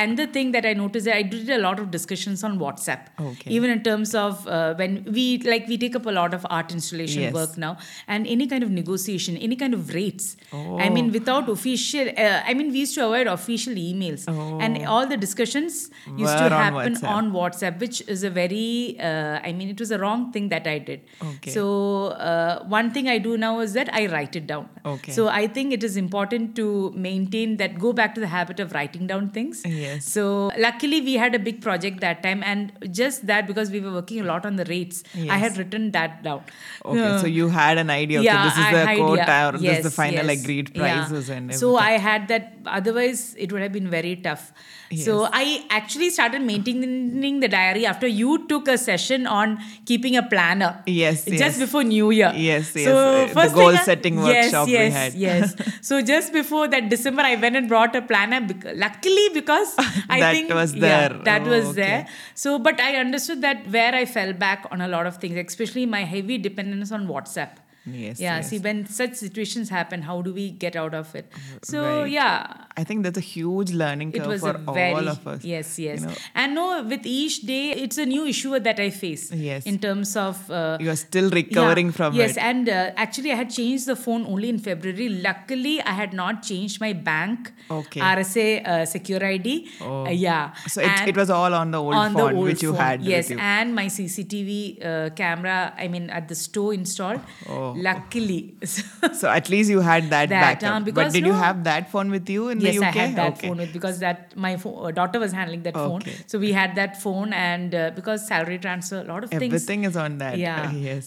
Speaker 2: and the thing that i noticed that i did a lot of discussions on whatsapp
Speaker 1: Okay.
Speaker 2: even in terms of uh, when we like we take up a lot of art installation
Speaker 1: Yes.
Speaker 2: work now and any kind of negotiation any kind of rates i
Speaker 1: Oh.
Speaker 2: mean without official uh, i mean we used to avoid official emails and all the discussions used
Speaker 1: Oh. Were on
Speaker 2: to happen
Speaker 1: WhatsApp.
Speaker 2: on whatsapp which is a very uh, i mean it was a wrong thing that i did
Speaker 1: Okay.
Speaker 2: so uh, one thing i do now is that i write it down
Speaker 1: Okay.
Speaker 2: so I think it is important to maintain that, go back to the habit of writing down things.
Speaker 1: Yes.
Speaker 2: So luckily we had a big project that time and just that because we were working a lot on the rates, I
Speaker 1: Yes.
Speaker 2: had written that down.
Speaker 1: Okay,
Speaker 2: Uh,
Speaker 1: so you had an idea. Okay,
Speaker 2: yeah,
Speaker 1: this is
Speaker 2: I-
Speaker 1: the
Speaker 2: I-
Speaker 1: quota
Speaker 2: yeah,
Speaker 1: or this is the
Speaker 2: yes,
Speaker 1: final
Speaker 2: yes,
Speaker 1: agreed
Speaker 2: yeah.
Speaker 1: prices and everything.
Speaker 2: So I had that. Otherwise, it would have been very tough. So
Speaker 1: Yes.
Speaker 2: I actually started maintaining the diary after you took a session on keeping a planner.
Speaker 1: Yes,
Speaker 2: just
Speaker 1: yes.
Speaker 2: before New Year.
Speaker 1: Yes, yes, uh,
Speaker 2: So
Speaker 1: the
Speaker 2: first thing
Speaker 1: goal
Speaker 2: I-
Speaker 1: setting
Speaker 2: yes,
Speaker 1: workshop we
Speaker 2: yes,
Speaker 1: had.
Speaker 2: Yes. so just before that December, I went and brought a planner. bec- Luckily, because I
Speaker 1: That
Speaker 2: think
Speaker 1: was
Speaker 2: yeah,
Speaker 1: there.
Speaker 2: that
Speaker 1: Oh,
Speaker 2: was
Speaker 1: okay.
Speaker 2: there. So, but I understood that where I fell back on a lot of things, especially my heavy dependence on WhatsApp
Speaker 1: yes,
Speaker 2: yeah
Speaker 1: yes.
Speaker 2: see when such situations happen how do we get out of it so
Speaker 1: right.
Speaker 2: yeah
Speaker 1: I think that's a huge learning curve
Speaker 2: it was
Speaker 1: for
Speaker 2: a very
Speaker 1: all of us.
Speaker 2: yes yes
Speaker 1: You know,
Speaker 2: and no with each day it's a new issue that i face
Speaker 1: Yes.
Speaker 2: in terms of uh,
Speaker 1: you are still recovering
Speaker 2: yeah,
Speaker 1: from
Speaker 2: yes
Speaker 1: it.
Speaker 2: and uh, actually i had changed the phone only in february luckily i had not changed my bank
Speaker 1: Okay.
Speaker 2: rsa uh, secure id
Speaker 1: Oh.
Speaker 2: Uh, yeah
Speaker 1: So it,
Speaker 2: And-
Speaker 1: it was all on the old
Speaker 2: on
Speaker 1: phone
Speaker 2: the old
Speaker 1: which you
Speaker 2: phone.
Speaker 1: had
Speaker 2: yes
Speaker 1: with you.
Speaker 2: and my cctv uh, camera i mean at the store installed
Speaker 1: Oh.
Speaker 2: luckily
Speaker 1: So at least you had that,
Speaker 2: That,
Speaker 1: backup.
Speaker 2: um,
Speaker 1: but
Speaker 2: because
Speaker 1: did you
Speaker 2: no-
Speaker 1: have that phone with you in
Speaker 2: yes
Speaker 1: the UK?
Speaker 2: i had that
Speaker 1: okay.
Speaker 2: phone with because that my pho- uh, daughter was handling that
Speaker 1: Okay.
Speaker 2: phone so we had that phone and uh, because salary transfer a lot of things
Speaker 1: Everything is on that.
Speaker 2: yeah
Speaker 1: Yes.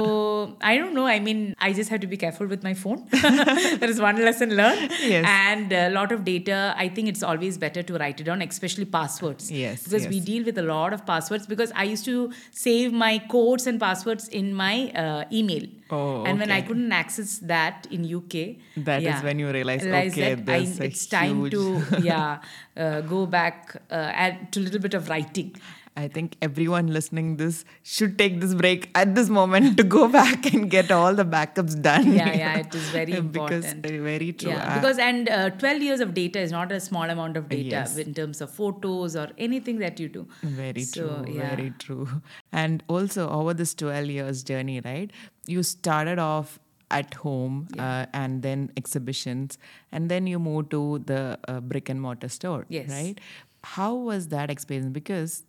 Speaker 2: so i don't know i mean i just have to be careful with my phone that is one lesson learned
Speaker 1: Yes.
Speaker 2: and a lot of data i think it's always better to write it down especially passwords
Speaker 1: Yes,
Speaker 2: because we
Speaker 1: yes.
Speaker 2: deal with a lot of passwords because i used to save my codes and passwords in my uh, email
Speaker 1: Oh,
Speaker 2: and when i
Speaker 1: okay.
Speaker 2: couldn't access that in uk
Speaker 1: That is when you realize, okay,
Speaker 2: that I-
Speaker 1: there's a
Speaker 2: it's time
Speaker 1: huge-
Speaker 2: to yeah uh, go back uh, add to a little bit of writing
Speaker 1: I think everyone listening this should take this break at this moment to go back and get all the backups done.
Speaker 2: Yeah,
Speaker 1: you
Speaker 2: yeah,
Speaker 1: know,
Speaker 2: it is very important.
Speaker 1: Because uh, very true.
Speaker 2: Yeah,
Speaker 1: I-
Speaker 2: because and uh, 12 years of data is not a small amount of data
Speaker 1: Yes.
Speaker 2: in terms of photos or anything that you do.
Speaker 1: Very
Speaker 2: So,
Speaker 1: true.
Speaker 2: yeah.
Speaker 1: Very true. And also over this 12 years journey, right? You started off at home uh, and then exhibitions and then you moved to the uh, brick and mortar store,
Speaker 2: Yes.
Speaker 1: right? How was that experience because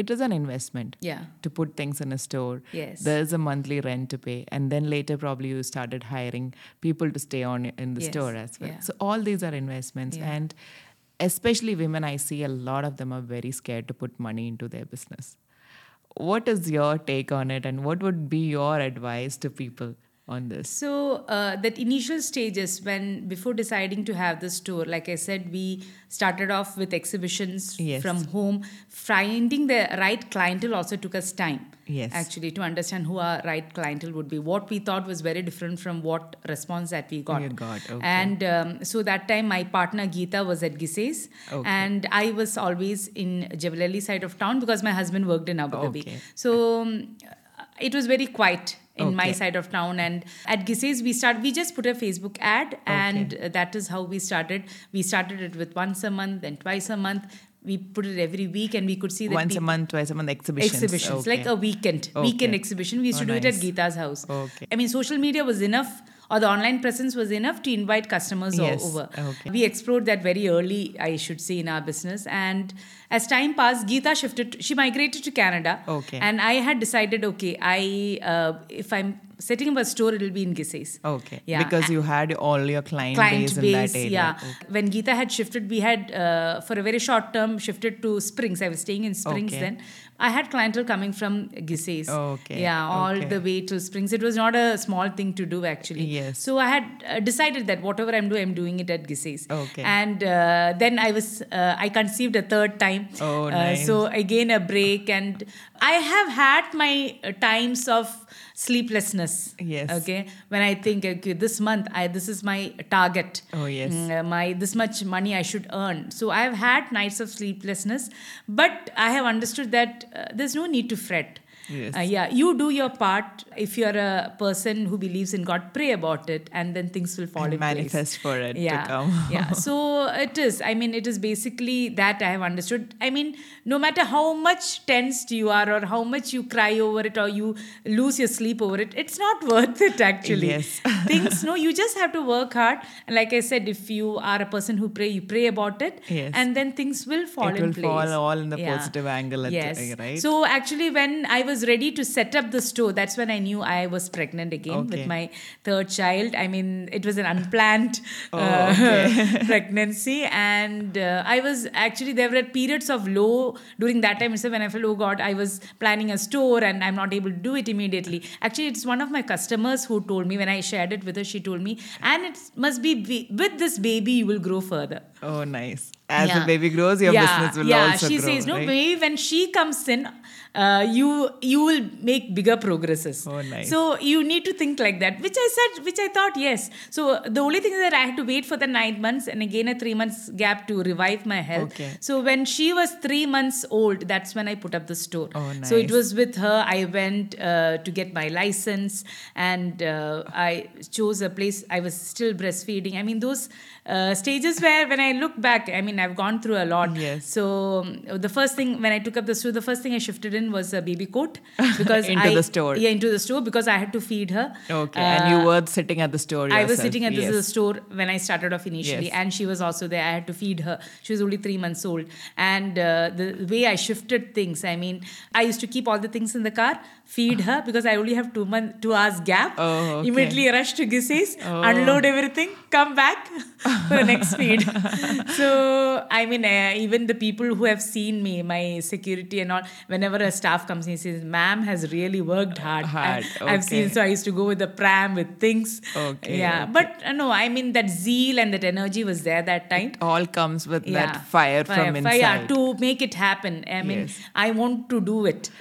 Speaker 1: it is an investment.
Speaker 2: Yeah.
Speaker 1: To put things in a store.
Speaker 2: Yes.
Speaker 1: There's a monthly rent to pay. And then later, probably you started hiring people to stay on in the
Speaker 2: Yes.
Speaker 1: store as well.
Speaker 2: Yeah.
Speaker 1: So, all these are investments. And especially women, I see a lot of them are very scared to put money into their business. What is your take on it? And what would be your advice to people on this?
Speaker 2: So uh, that initial stages when before deciding to have the store, like I said, we started off with exhibitions
Speaker 1: Yes.
Speaker 2: from home. Finding the right clientele also took us time.
Speaker 1: Yes.
Speaker 2: Actually, to understand who our right clientele would be, what we thought was very different from what response that we got.
Speaker 1: You got, okay.
Speaker 2: And um, so that time, my partner Geeta was at Gise's,
Speaker 1: Okay.
Speaker 2: and I was always in Jabalali side of town because my husband worked in Abu Dhabi.
Speaker 1: Okay.
Speaker 2: So um, it was very quiet in my
Speaker 1: Okay.
Speaker 2: side of town and at Gise's we start we just put a Facebook ad and uh, that is how we started we started it with once a month then twice a month we put it every week and we could see that
Speaker 1: Once a
Speaker 2: peop-
Speaker 1: month, twice a month exhibitions.
Speaker 2: exhibitions
Speaker 1: Okay.
Speaker 2: like a weekend
Speaker 1: Okay.
Speaker 2: weekend exhibition we used
Speaker 1: Oh,
Speaker 2: to do it at
Speaker 1: nice.
Speaker 2: Geeta's house
Speaker 1: Okay.
Speaker 2: I mean social media was enough or the online presence was enough to invite customers o-
Speaker 1: Yes.
Speaker 2: over
Speaker 1: Okay.
Speaker 2: we explored that very early I should say in our business and as time passed Geeta shifted to- she migrated to Canada
Speaker 1: Okay.
Speaker 2: and I had decided okay I uh, if I'm setting up a store it'll be in Gise's
Speaker 1: Okay.
Speaker 2: Yeah.
Speaker 1: Because you had all your client,
Speaker 2: client
Speaker 1: in
Speaker 2: base,
Speaker 1: that area.
Speaker 2: yeah. When Geeta had shifted, we had uh, for a very short term shifted to Springs. I was staying in Springs
Speaker 1: Okay.
Speaker 2: then. I had clientele coming from Gise's.
Speaker 1: Okay,
Speaker 2: Yeah, all
Speaker 1: okay.
Speaker 2: the way to Springs. It was not a small thing to do actually.
Speaker 1: Yes.
Speaker 2: So I had uh, decided that whatever I'm doing, I'm doing it at Gise's.
Speaker 1: Okay.
Speaker 2: And uh, then I was uh, I conceived a third time.
Speaker 1: Oh,
Speaker 2: Uh,
Speaker 1: nice.
Speaker 2: So again a break, and I have had my uh, times of sleeplessness.
Speaker 1: Yes.
Speaker 2: Okay. When I think okay, this month I this is my target.
Speaker 1: Oh, yes.
Speaker 2: Mm, uh, my this much money I should earn. So I have had nights of sleeplessness, but I have understood that uh, there's no need to fret.
Speaker 1: Yes.
Speaker 2: Uh, yeah, you do your part. If you're a person who believes in God, pray about it, and then things will fall
Speaker 1: And
Speaker 2: in place.
Speaker 1: manifest for it to
Speaker 2: yeah,
Speaker 1: come.
Speaker 2: yeah. So it is. I mean, it is basically that I have understood. I mean, no matter how much tensed you are, or how much you cry over it, or you lose your sleep over it, it's not worth it actually.
Speaker 1: Yes.
Speaker 2: Things no, you just have to work hard. And like I said, if you are a person who pray, you pray about it,
Speaker 1: Yes.
Speaker 2: and then things will fall
Speaker 1: It
Speaker 2: in
Speaker 1: will
Speaker 2: place.
Speaker 1: fall all in the positive angle at the-
Speaker 2: yes.
Speaker 1: right?
Speaker 2: So actually, when I was ready to set up the store, that's when I knew I was pregnant again with
Speaker 1: Okay.
Speaker 2: my third child. I mean, it was an unplanned
Speaker 1: Oh,
Speaker 2: uh, pregnancy, and uh, I was actually there were periods of low during that time. itself when I felt, oh God, I was planning a store and I'm not able to do it immediately. Actually, it's one of my customers who told me when I shared it with her. She told me, and it must be be- with this baby you will grow further.
Speaker 1: Oh, nice. As
Speaker 2: Yeah.
Speaker 1: the baby grows, your
Speaker 2: yeah,
Speaker 1: business will
Speaker 2: yeah.
Speaker 1: also
Speaker 2: she
Speaker 1: grow.
Speaker 2: says no
Speaker 1: right?
Speaker 2: maybe when she comes in uh, you you will make bigger progresses
Speaker 1: Oh, nice.
Speaker 2: so you need to think like that which i said which i thought yes so uh, the only thing is that i had to wait for the nine months and again a three months gap to revive my health
Speaker 1: Okay.
Speaker 2: so when she was three months old that's when i put up the store
Speaker 1: Oh,
Speaker 2: so it
Speaker 1: nice.
Speaker 2: was with her i went uh, to get my license and uh, i chose a place i was still breastfeeding i mean those uh, stages where when i look back i mean i've gone through a lot
Speaker 1: Yes.
Speaker 2: so um, the first thing when I took up the store, the first thing I shifted in was a baby coat
Speaker 1: Into
Speaker 2: I-
Speaker 1: the store.
Speaker 2: Yeah, into the store because I had to feed her.
Speaker 1: Okay.
Speaker 2: Uh,
Speaker 1: and you were sitting at the store.
Speaker 2: I was
Speaker 1: yourself,
Speaker 2: sitting at
Speaker 1: yes.
Speaker 2: the store when I started off initially,
Speaker 1: Yes.
Speaker 2: and she was also there. I had to feed her. She was only three months old. And uh, the way I shifted things, I mean, I used to keep all the things in the car, feed her because I only have two month, two hours gap.
Speaker 1: Oh, okay. Oh.
Speaker 2: Immediately rush to Gise's, unload everything, come back for the next feed. so, I mean, uh, even the people who have seen me, my security and all, whenever a staff comes in, he says, Ma'am has really worked hard.
Speaker 1: Hard,
Speaker 2: I, I've seen
Speaker 1: okay.
Speaker 2: so I used to go with the pram with things.
Speaker 1: Okay,
Speaker 2: Yeah,
Speaker 1: okay.
Speaker 2: but uh, no, I mean that zeal and that energy was there that time.
Speaker 1: All comes with
Speaker 2: Yeah,
Speaker 1: that fire, from inside.
Speaker 2: Fire to make it happen. I mean,
Speaker 1: Yes.
Speaker 2: I want to do it. so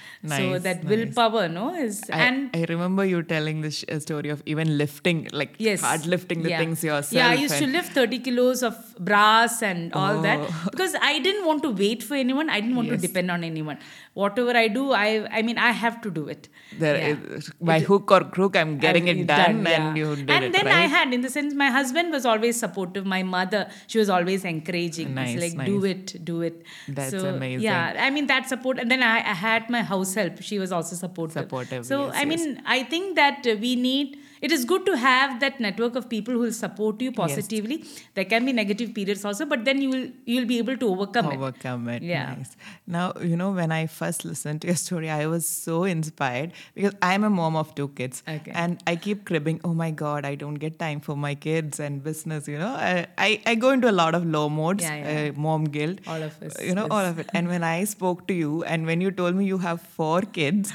Speaker 1: Nice,
Speaker 2: that
Speaker 1: nice.
Speaker 2: willpower, no, is
Speaker 1: I,
Speaker 2: and
Speaker 1: I remember you telling the sh- uh, story of even lifting, like
Speaker 2: yes,
Speaker 1: hard lifting the
Speaker 2: Yeah.
Speaker 1: things yourself.
Speaker 2: Yeah, I used to
Speaker 1: and- Oh.
Speaker 2: lift thirty kilos of brass and all that because I didn't want to wait for anyone. I didn't want
Speaker 1: Yes.
Speaker 2: to depend on anyone. Whatever I do, I I mean I have to do it.
Speaker 1: There
Speaker 2: Yeah.
Speaker 1: is- by hook or crook, I'm getting
Speaker 2: I've
Speaker 1: it done, and
Speaker 2: yeah.
Speaker 1: you did
Speaker 2: And
Speaker 1: it.
Speaker 2: then I
Speaker 1: right?
Speaker 2: had, in the sense, my husband was always supportive. My mother, she was always encouraging. It's
Speaker 1: Nice,
Speaker 2: like,
Speaker 1: nice.
Speaker 2: do it, do it.
Speaker 1: That's
Speaker 2: so,
Speaker 1: amazing.
Speaker 2: Yeah, I mean, that support. And then I, I had my house help. She was also supportive.
Speaker 1: Supportive,
Speaker 2: So,
Speaker 1: yes,
Speaker 2: I mean, I think that uh, we need, it is good to have that network of people who will support you positively. There can be negative periods also, but then you will, you'll be able to overcome it.
Speaker 1: overcome it.
Speaker 2: Yeah.
Speaker 1: Nice. Now, you know, when I first listened to your story, I was so inspired because I'm a mom of two kids.
Speaker 2: Okay.
Speaker 1: And I keep cribbing, oh my God, I don't get time for my kids and business. You know, I, I, I go into a lot of low modes,
Speaker 2: Yeah, yeah.
Speaker 1: Uh, mom guilt.
Speaker 2: All of us
Speaker 1: You know,
Speaker 2: is-
Speaker 1: all of it. And when I spoke to you and when you told me you have four kids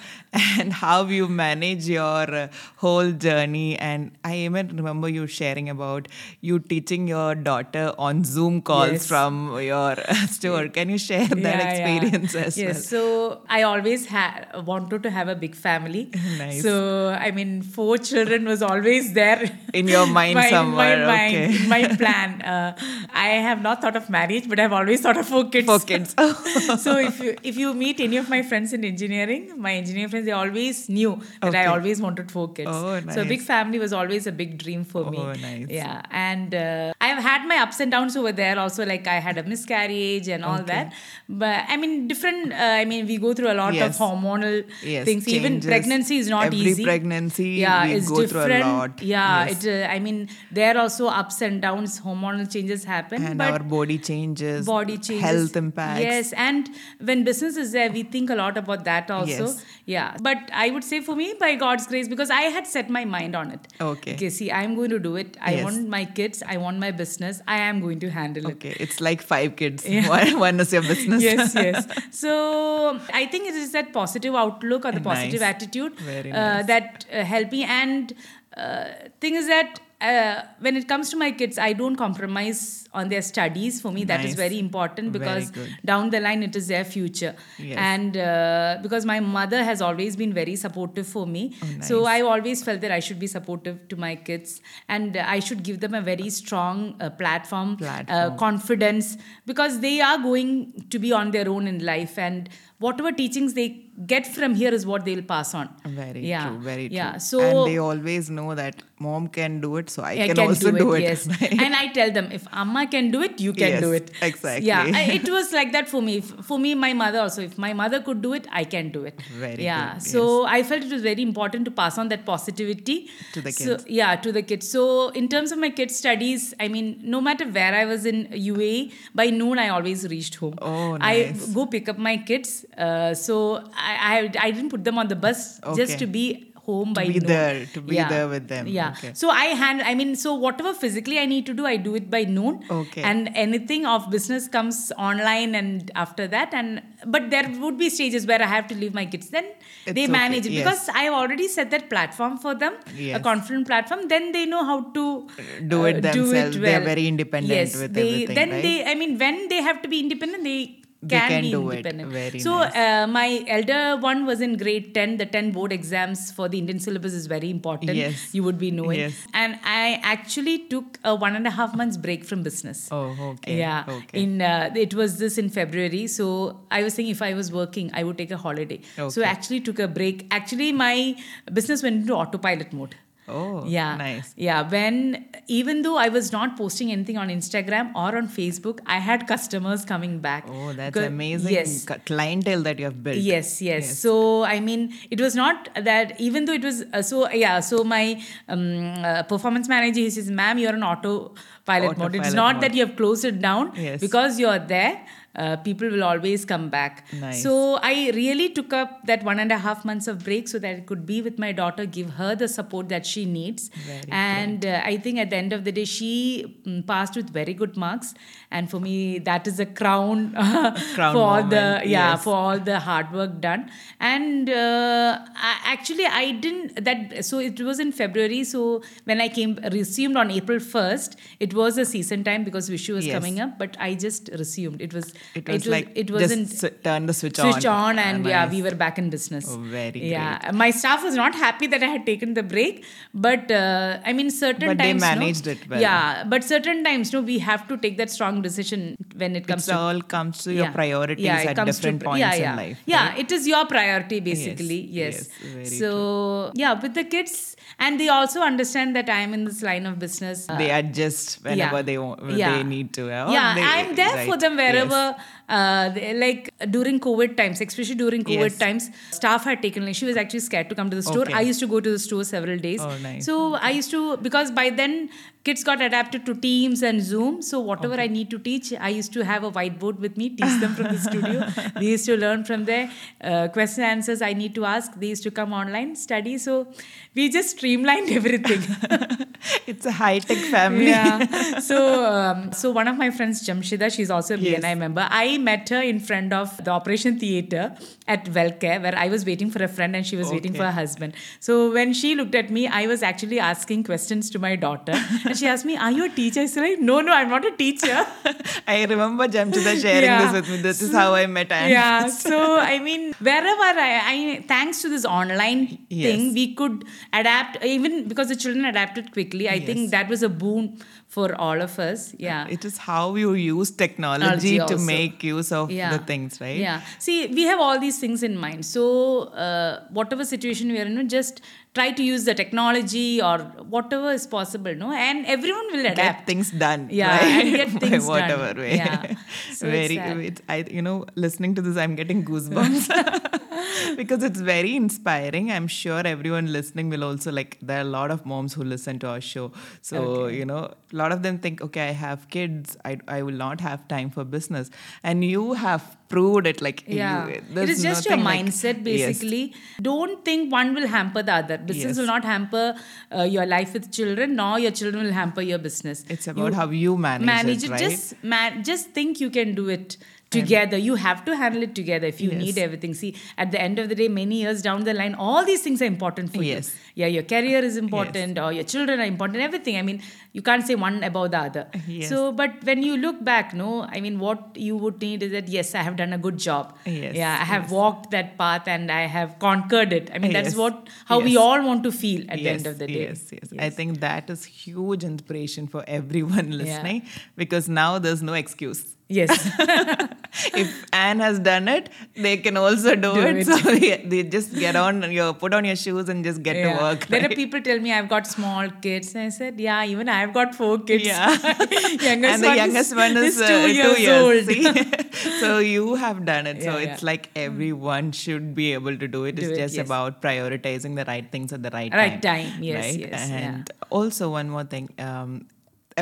Speaker 1: and how you manage your uh, whole journey journey. And I even remember you sharing about you teaching your daughter on Zoom calls
Speaker 2: Yes.
Speaker 1: from your uh, store. Can you share that experience as
Speaker 2: yes. So I always ha- wanted to have a big family.
Speaker 1: Nice.
Speaker 2: So I mean, four children was always there
Speaker 1: In your mind
Speaker 2: my,
Speaker 1: somewhere,
Speaker 2: My mind,
Speaker 1: okay.
Speaker 2: in my plan. Uh, I have not thought of marriage, but I've always thought of four kids.
Speaker 1: well? For kids.
Speaker 2: so if you if you meet any of my friends in engineering, my engineering friends, they always knew that I
Speaker 1: Okay.
Speaker 2: always wanted four kids.
Speaker 1: Oh,
Speaker 2: So a big
Speaker 1: nice.
Speaker 2: family was always a big dream for me.
Speaker 1: Oh, nice.
Speaker 2: Yeah, and uh, I have had my ups and downs over there. Also, like I had a miscarriage and all that. But I mean, different. Uh, I mean, we go through a lot
Speaker 1: Yes.
Speaker 2: of hormonal
Speaker 1: Yes,
Speaker 2: things. Even
Speaker 1: changes.
Speaker 2: pregnancy is not
Speaker 1: Every
Speaker 2: easy.
Speaker 1: pregnancy
Speaker 2: yeah,
Speaker 1: we
Speaker 2: it's
Speaker 1: go through a
Speaker 2: different.
Speaker 1: lot.
Speaker 2: Yeah,
Speaker 1: Yes.
Speaker 2: it. Uh, I mean, there also ups and downs. Hormonal changes happen.
Speaker 1: and
Speaker 2: but
Speaker 1: our body changes,
Speaker 2: body changes
Speaker 1: health impacts.
Speaker 2: yes and when business is there we think a lot about that also
Speaker 1: Yes.
Speaker 2: yeah but i would say for me by god's grace because i had set my mind on it
Speaker 1: Okay.
Speaker 2: okay see i'm going to do it i
Speaker 1: Yes.
Speaker 2: want my kids i want my business i am going to handle it
Speaker 1: Okay, it's like five kids. One, one is your business.
Speaker 2: yes yes so i think it is that positive outlook or the positive
Speaker 1: Nice.
Speaker 2: attitude
Speaker 1: Very
Speaker 2: uh,
Speaker 1: nice.
Speaker 2: that uh, help me and uh, thing is that uh, when it comes to my kids i don't compromise on their studies for me that is
Speaker 1: Nice.
Speaker 2: very important
Speaker 1: Very
Speaker 2: because
Speaker 1: good.
Speaker 2: down the line it is their future
Speaker 1: Yes.
Speaker 2: and uh, because my mother has always been very supportive for me
Speaker 1: Oh,
Speaker 2: so i always felt that i should be supportive to my kids and uh, i should give them a very strong uh, platform
Speaker 1: Platform.
Speaker 2: uh, confidence because they are going to be on their own in life and whatever teachings they get from here is what they'll pass on
Speaker 1: Very
Speaker 2: yeah.
Speaker 1: true. Very true.
Speaker 2: yeah so
Speaker 1: and they always know that mom can do it, so I,
Speaker 2: I
Speaker 1: can, also do it.
Speaker 2: Yes, and I tell them if Amma can do it, you can
Speaker 1: Yes,
Speaker 2: do it.
Speaker 1: exactly.
Speaker 2: Yeah, I- it was like that for me. F- For me, my mother also. If my mother could do it, I can do it.
Speaker 1: Very
Speaker 2: Yeah.
Speaker 1: good,
Speaker 2: So I felt it was very important to pass on that positivity
Speaker 1: To the
Speaker 2: So-
Speaker 1: kids.
Speaker 2: yeah, to the kids. So in terms of my kids' studies, I mean, no matter where I was in UAE, by noon I always reached home.
Speaker 1: Oh, nice.
Speaker 2: I go pick up my kids. Uh, so I, I I didn't put them on the bus
Speaker 1: Okay.
Speaker 2: just to be home by
Speaker 1: be
Speaker 2: noon.
Speaker 1: there, to be there with them.
Speaker 2: Yeah.
Speaker 1: Okay.
Speaker 2: So I hand, I mean, so whatever physically I need to do, I do it by noon.
Speaker 1: Okay.
Speaker 2: And anything of business comes online and after that. And but there would be stages where I have to leave my kids. Then
Speaker 1: It's
Speaker 2: they
Speaker 1: okay,
Speaker 2: manage it
Speaker 1: yes.
Speaker 2: because I've already set that platform for them,
Speaker 1: Yes. Uh,
Speaker 2: a confident platform. Then they know how to uh,
Speaker 1: Do it themselves. They're very independent
Speaker 2: yes,
Speaker 1: with
Speaker 2: they,
Speaker 1: everything,
Speaker 2: Then
Speaker 1: right?
Speaker 2: they, I mean, when they have to be independent, they.
Speaker 1: They
Speaker 2: Can,
Speaker 1: can
Speaker 2: be
Speaker 1: do it.
Speaker 2: independent.
Speaker 1: Very
Speaker 2: so
Speaker 1: nice.
Speaker 2: uh, my elder one was in grade 10 the 10 board exams for the indian syllabus is very important
Speaker 1: Yes.
Speaker 2: you would be knowing
Speaker 1: Yes.
Speaker 2: and i actually took a one and a half months break from business
Speaker 1: Oh, okay.
Speaker 2: yeah
Speaker 1: Okay.
Speaker 2: in uh, it was this in february so i was saying if i was working i would take a holiday so
Speaker 1: Okay.
Speaker 2: I actually took a break actually my business went into autopilot mode
Speaker 1: oh,
Speaker 2: yeah
Speaker 1: Nice.
Speaker 2: yeah when even though i was not posting anything on instagram or on facebook i had customers coming back
Speaker 1: Oh, that's
Speaker 2: Because-
Speaker 1: amazing
Speaker 2: yes
Speaker 1: cu- clientele that you have built.
Speaker 2: Yes, yes so i mean it was not that even though it was uh, so yeah so my um, uh, performance manager he says ma'am you're an auto pilot mode it's
Speaker 1: Autopilot
Speaker 2: not
Speaker 1: mode.
Speaker 2: that you have closed it down
Speaker 1: Yes.
Speaker 2: because you're there uh, people will always come back
Speaker 1: Nice.
Speaker 2: so i really took up that one and a half months of break so that i could be with my daughter give her the support that she needs
Speaker 1: Very
Speaker 2: and uh, i think at the end of the day she mm, passed with very good marks and for me that is a crown,
Speaker 1: Crown
Speaker 2: for all the
Speaker 1: moment,
Speaker 2: yeah
Speaker 1: yes.
Speaker 2: for all the hard work done and uh, I, actually i didn't that so it was in february so when i came resumed on april 1st it was a season time because vishu was
Speaker 1: Yes.
Speaker 2: coming up but i just resumed it was
Speaker 1: It was like
Speaker 2: it
Speaker 1: just
Speaker 2: wasn't
Speaker 1: s- turn the switch,
Speaker 2: switch on and yeah
Speaker 1: Nice.
Speaker 2: we were back in business
Speaker 1: Oh, very
Speaker 2: yeah my staff was not happy that i had taken the break but uh, i mean certain
Speaker 1: But they
Speaker 2: times no-
Speaker 1: managed it well.
Speaker 2: yeah but certain times no we have to take that strong decision when it comes
Speaker 1: It's
Speaker 2: to
Speaker 1: all comes to your
Speaker 2: yeah.
Speaker 1: priorities
Speaker 2: Yeah, it
Speaker 1: at
Speaker 2: comes to
Speaker 1: different
Speaker 2: pri-
Speaker 1: points
Speaker 2: yeah, yeah.
Speaker 1: in life.
Speaker 2: Yeah, it is your priority basically.
Speaker 1: Yes,
Speaker 2: Yes.
Speaker 1: yes, very
Speaker 2: so yeah, with the kids, and they also understand that I am in this line of business. Uh,
Speaker 1: they adjust whenever they want,
Speaker 2: yeah.
Speaker 1: they need to. or
Speaker 2: yeah,
Speaker 1: they-
Speaker 2: I'm there for
Speaker 1: right,
Speaker 2: them
Speaker 1: yes.
Speaker 2: wherever. Uh, they- like during COVID times, especially during COVID
Speaker 1: Yes.
Speaker 2: times, staff had taken. Like, she was actually scared to come to the store.
Speaker 1: Okay.
Speaker 2: I used to go to the store several days.
Speaker 1: Oh, nice.
Speaker 2: So I used to because by then kids got adapted to Teams and Zoom. So whatever I need to teach, I used to have a whiteboard with me, teach them from the studio. They used to learn from there. Uh, question answers I need to ask. They used to come online study. So we just streamlined everything.
Speaker 1: it's a high tech family.
Speaker 2: Yeah. So, um, so one of my friends, Jamshida, she's also a BNI member. I met her in front of the operation theater at Velcare, where I was waiting for a friend and she was waiting for her husband. So when she looked at me, I was actually asking questions to my daughter, and she asked me, "Are you a teacher?" I said, like, "No, no, I'm not a teacher."
Speaker 1: I remember Jamshida sharing
Speaker 2: Yeah.
Speaker 1: this with me. This is how I met Anne.
Speaker 2: yeah so i mean wherever I, I thanks to this online
Speaker 1: Yes.
Speaker 2: thing we could adapt even because the children adapted quickly i think that was a boon for all of us yeah
Speaker 1: It is how you use technology
Speaker 2: Technology
Speaker 1: to
Speaker 2: also.
Speaker 1: make use of
Speaker 2: yeah
Speaker 1: the things, right?
Speaker 2: yeah see we have all these things in mind so uh, whatever situation we are in just try to use the technology or whatever is possible no and everyone will adapt
Speaker 1: Get things done.
Speaker 2: Yeah,
Speaker 1: right?
Speaker 2: and get
Speaker 1: By
Speaker 2: things done.
Speaker 1: whatever way.
Speaker 2: Yeah. So it's
Speaker 1: very,
Speaker 2: sad.
Speaker 1: it's, I, you know, listening to this, I'm getting goosebumps because it's very inspiring. I'm sure everyone listening will also like. There are a lot of moms who listen to our show, so you know, a lot of them think, okay, I have kids, I, I will not have time for business, and you have proved it. Like,
Speaker 2: yeah
Speaker 1: you,
Speaker 2: it
Speaker 1: there's
Speaker 2: is just your
Speaker 1: nothing like-
Speaker 2: mindset
Speaker 1: Yes.
Speaker 2: basically don't think one will hamper the other business
Speaker 1: Yes.
Speaker 2: will not hamper uh, your life with children nor your children will hamper your business
Speaker 1: It's about how you manage,
Speaker 2: manage
Speaker 1: it,
Speaker 2: it
Speaker 1: right?
Speaker 2: just man, just think you can do it together you have to handle it together if you
Speaker 1: Yes.
Speaker 2: need everything see at the end of the day many years down the line all these things are important for
Speaker 1: Yes.
Speaker 2: you yeah your career is important or your children are important everything i mean you can't say one above the other
Speaker 1: Yes.
Speaker 2: so but when you look back no i mean what you would need is that yes i have done a good job
Speaker 1: Yes,
Speaker 2: yeah i have walked that path and i have conquered it i mean that's
Speaker 1: Yes.
Speaker 2: what how we
Speaker 1: Yes.
Speaker 2: all want to feel at the
Speaker 1: yes,
Speaker 2: end of the day
Speaker 1: Yes, yes, I think that is huge inspiration for everyone listening because now there's no excuse.
Speaker 2: yes
Speaker 1: if Anne has done it, they can also do,
Speaker 2: Do
Speaker 1: it.
Speaker 2: it.
Speaker 1: So they, they just get on your put on your shoes and just get
Speaker 2: Yeah.
Speaker 1: to work.
Speaker 2: There are
Speaker 1: right?
Speaker 2: people tell me I've got small kids, and I said, yeah, even I've got four kids.
Speaker 1: Yeah.
Speaker 2: youngest
Speaker 1: and the
Speaker 2: one
Speaker 1: youngest one is, uh,
Speaker 2: two years, old.
Speaker 1: see? so you have done it. so
Speaker 2: Yeah,
Speaker 1: it's like everyone should be able to do it.
Speaker 2: Do
Speaker 1: it's
Speaker 2: it,
Speaker 1: just
Speaker 2: yes.
Speaker 1: about prioritizing the right things at the right,
Speaker 2: Right
Speaker 1: time.
Speaker 2: time, yes,
Speaker 1: right?
Speaker 2: yes, yeah.
Speaker 1: And also one more thing um,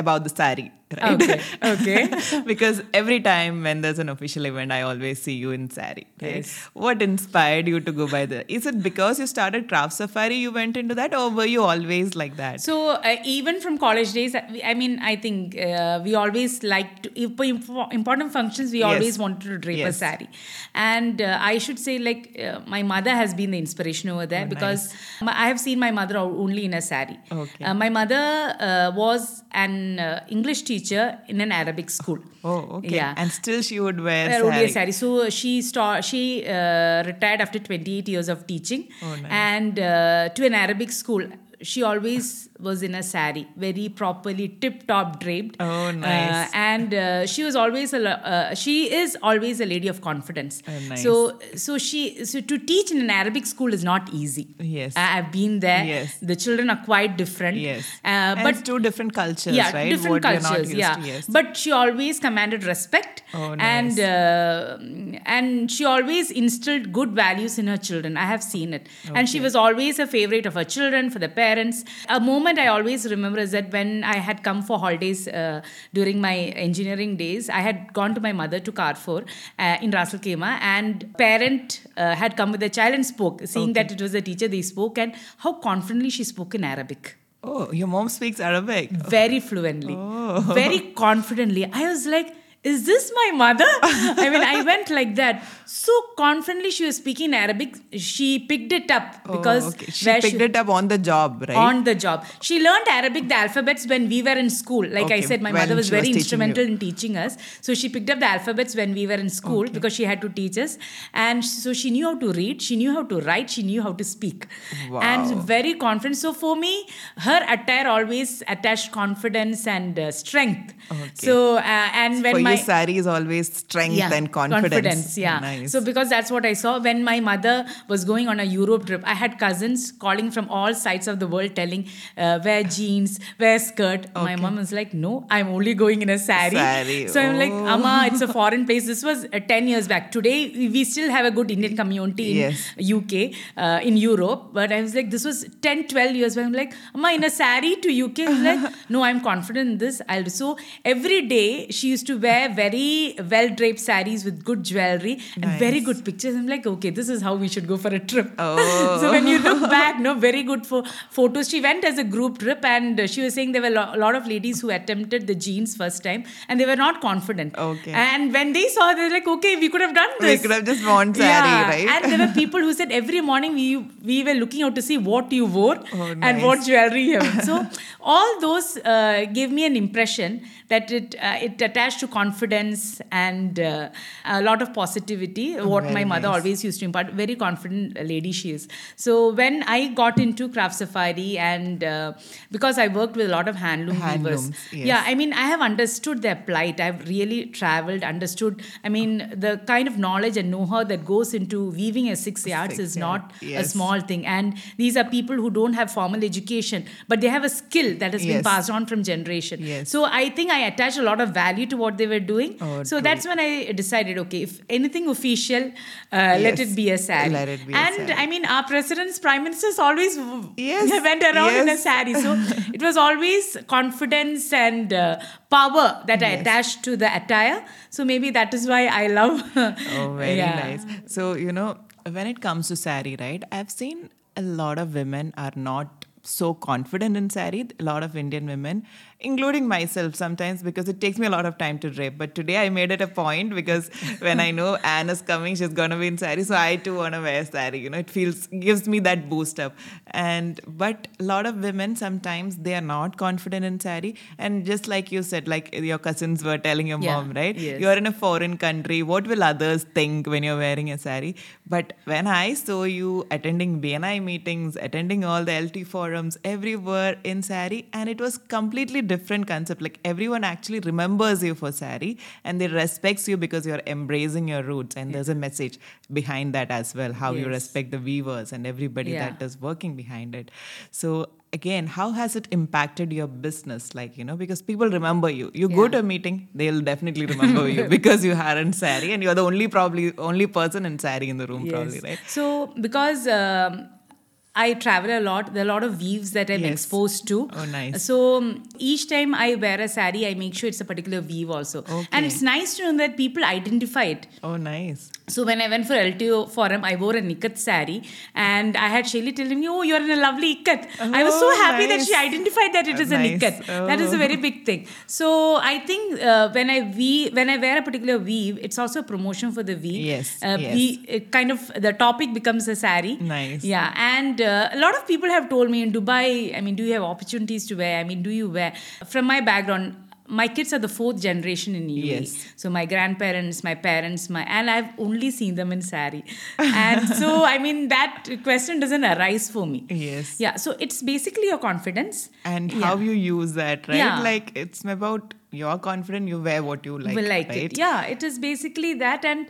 Speaker 1: about the sari, right?
Speaker 2: Okay, okay.
Speaker 1: because every time when there's an official event, I always see you in sari. Right?
Speaker 2: Yes.
Speaker 1: What inspired you to go by the? Is it because you started craft safari you went into that, or were you always like that?
Speaker 2: So uh, even from college days, I I mean, I think uh, we always liked to, if- for imp- important functions. We
Speaker 1: Yes.
Speaker 2: always wanted to drape
Speaker 1: Yes.
Speaker 2: a sari, and uh, I should say like uh, my mother has been the inspiration over there
Speaker 1: Oh,
Speaker 2: because my, I have seen my mother o- only in a sari.
Speaker 1: Okay.
Speaker 2: Uh, my mother uh, was an uh, English teacher in an Arabic school.
Speaker 1: Oh, okay.
Speaker 2: Yeah.
Speaker 1: And still she would wear
Speaker 2: Uh,
Speaker 1: sari.
Speaker 2: Odia Sari. So uh, she sta- she uh, retired after 28 years of teaching
Speaker 1: Oh, nice.
Speaker 2: and uh, to an Arabic school. She always was in a sari, very properly tip top draped.
Speaker 1: Oh, nice.
Speaker 2: Uh, and uh, she was always a lo- uh, she is always a lady of confidence.
Speaker 1: Oh, nice.
Speaker 2: So so she so to teach in an Arabic school is not easy.
Speaker 1: Yes.
Speaker 2: I- I've been there.
Speaker 1: Yes.
Speaker 2: The children are quite different.
Speaker 1: Yes.
Speaker 2: Uh,
Speaker 1: and
Speaker 2: but
Speaker 1: it's two different cultures,
Speaker 2: yeah,
Speaker 1: right?
Speaker 2: different
Speaker 1: What we're not
Speaker 2: cultures.
Speaker 1: used
Speaker 2: yeah,
Speaker 1: to, yes.
Speaker 2: but she always commanded respect,
Speaker 1: Oh,
Speaker 2: and uh, and she always instilled good values in her children. I have seen it, and she was always a favorite of her children for the parents. A moment I always remember is that when I had come for holidays uh, during my engineering days, I had gone to my mother to Carrefour uh, in Ras Al Khaimah, and parent uh, had come with their child and spoke, seeing that it was a teacher. They spoke, and how confidently she spoke in Arabic
Speaker 1: oh, your mom speaks Arabic.
Speaker 2: very fluently, very confidently. I was like, is this my mother? I mean, I went like that. So confidently, she was speaking Arabic. She picked it up because
Speaker 1: oh, okay. she
Speaker 2: where
Speaker 1: picked it up on the job, right?
Speaker 2: on the job. She learned Arabic, the alphabets when we were in school. Like I
Speaker 1: Okay,
Speaker 2: said, my
Speaker 1: when
Speaker 2: mother was
Speaker 1: she was
Speaker 2: very
Speaker 1: teaching
Speaker 2: instrumental in teaching us. So she picked up the alphabets when we were in school because she had to teach us. And so she knew how to read, she knew how to write, she knew how to speak.
Speaker 1: Wow.
Speaker 2: And very confident. So for me, her attire always attached confidence and uh, strength.
Speaker 1: Okay.
Speaker 2: So, uh, and when
Speaker 1: For
Speaker 2: my.
Speaker 1: you, sari is always strength and confidence.
Speaker 2: yeah.
Speaker 1: Nice.
Speaker 2: So because that's what I saw when my mother was going on a Europe trip. I had cousins calling from all sides of the world, telling uh, wear jeans, wear skirt. My mom was like, "No, I'm only going in a sari."
Speaker 1: Saree,
Speaker 2: So I'm like,
Speaker 1: oh.
Speaker 2: "Amma, it's a foreign place." This was uh, ten years back. Today we we still have a good Indian community in
Speaker 1: Yes.
Speaker 2: UK, uh, in Europe. But I was like, this was 10, 12 years when I'm like, Amma, in a sari to UK? I'm like, no, I'm confident in this. I'll do. So every every day she used to wear very well draped saris with good jewelry and very
Speaker 1: Nice.
Speaker 2: good pictures. I'm like, okay, this is how we should go for a trip.
Speaker 1: Oh.
Speaker 2: so when you look back, no, very good for photos. She went as a group trip, and uh, she was saying there were a lo- lot of ladies who attempted the jeans first time, and they were not confident.
Speaker 1: Okay.
Speaker 2: And when they saw, they were like, okay, we could have done
Speaker 1: We
Speaker 2: this.
Speaker 1: could have just worn sari,
Speaker 2: yeah.
Speaker 1: right?
Speaker 2: And there were people who said every morning we we were looking out to see what you wore
Speaker 1: Oh,
Speaker 2: and
Speaker 1: nice.
Speaker 2: what jewelry you have. So all those uh, gave me an impression that it uh, it attached to confidence and uh, a lot of positivity. What
Speaker 1: Oh, Very
Speaker 2: my mother
Speaker 1: nice.
Speaker 2: always used to impart. Very confident lady she is. So when I got into craft safari and uh, because I worked with a lot of handloom
Speaker 1: Handlooms,
Speaker 2: weavers,
Speaker 1: yes.
Speaker 2: yeah, I mean I have understood their plight. I've really traveled, understood. I mean the kind of knowledge and know-how that goes into weaving a six yards
Speaker 1: Six
Speaker 2: is
Speaker 1: yard,
Speaker 2: not a
Speaker 1: yes.
Speaker 2: small small thing. And these are people who don't have formal education, but they have a skill that has been
Speaker 1: Yes.
Speaker 2: passed on from generation.
Speaker 1: Yes.
Speaker 2: So I think I attach a lot of value to what they were doing.
Speaker 1: Oh,
Speaker 2: so
Speaker 1: true.
Speaker 2: that's when I decided, okay, if anything official, uh, let
Speaker 1: Yes.
Speaker 2: it be a sari.
Speaker 1: Let it be a
Speaker 2: and
Speaker 1: saree.
Speaker 2: I mean, our presidents, prime ministers always w-
Speaker 1: Yes.
Speaker 2: went around in a
Speaker 1: Yes.
Speaker 2: sari. So it was always confidence and uh, power that I
Speaker 1: Yes.
Speaker 2: attached to the attire. So maybe that is why I love.
Speaker 1: Oh, very
Speaker 2: Yeah.
Speaker 1: nice. So, you know, when it comes to sari, right, I've seen a lot of women are not so confident in sari. A lot of Indian women, including myself sometimes, because it takes me a lot of time to drape. But today I made it a point because when I know Anne is coming, she's going to be in sari. So I too want to wear sari. You know, it feels, gives me that boost up. And, but a lot of women sometimes they are not confident in sari. And just like you said, like your cousins were telling your
Speaker 2: Yeah.
Speaker 1: mom, right?
Speaker 2: Yes.
Speaker 1: You're in a foreign country. What will others think when you're wearing a sari? But when I saw you attending BNI meetings, attending all the LT forums, everywhere in sari, and it was completely different concept. Like everyone actually remembers you for sari, and they respects you because you're embracing your roots. And there's a message behind that as well. How you
Speaker 2: Yes.
Speaker 1: respect the weavers and everybody
Speaker 2: Yeah.
Speaker 1: that is working behind it. So. Again, how has it impacted your business? Like, you know, because people remember you. You go
Speaker 2: Yeah.
Speaker 1: to a meeting, they'll definitely remember you because you are in sari and you're the only probably only person in sari in the room probably,
Speaker 2: Yes.
Speaker 1: right?
Speaker 2: So because um, I travel a lot, there are a lot of weaves that I'm
Speaker 1: Yes.
Speaker 2: exposed to.
Speaker 1: Oh, nice.
Speaker 2: So um, each time I wear a sari, I make sure it's a particular weave also, and
Speaker 1: Okay.
Speaker 2: it's nice to know that people identify it.
Speaker 1: Oh, nice.
Speaker 2: So when I went for LTO forum, I wore a Nikat sari and I had Shaili telling me, oh, you're in a lovely Nikat. I was so
Speaker 1: Oh,
Speaker 2: happy that
Speaker 1: nice.
Speaker 2: she identified that it is a
Speaker 1: Nice.
Speaker 2: Nikat. That is a very big thing. So I think uh, when I we when I wear a particular weave, it's also a promotion for the weave.
Speaker 1: Yes,
Speaker 2: Uh,
Speaker 1: yes.
Speaker 2: we- it kind of, the topic becomes a sari.
Speaker 1: Nice.
Speaker 2: Yeah. And uh, a lot of people have told me in Dubai, I mean, do you have opportunities to wear? I mean, do you wear? From my background, my kids are the fourth generation in UAE.
Speaker 1: Yes.
Speaker 2: So my grandparents, my parents, my and I've only seen them in sari. And so I mean that question doesn't arise for me.
Speaker 1: Yes.
Speaker 2: Yeah. So it's basically your confidence.
Speaker 1: And
Speaker 2: Yeah.
Speaker 1: how you use that, right?
Speaker 2: Yeah.
Speaker 1: Like it's about you're confident, you wear what you like.
Speaker 2: will like
Speaker 1: right?
Speaker 2: it. Yeah, it is basically that, and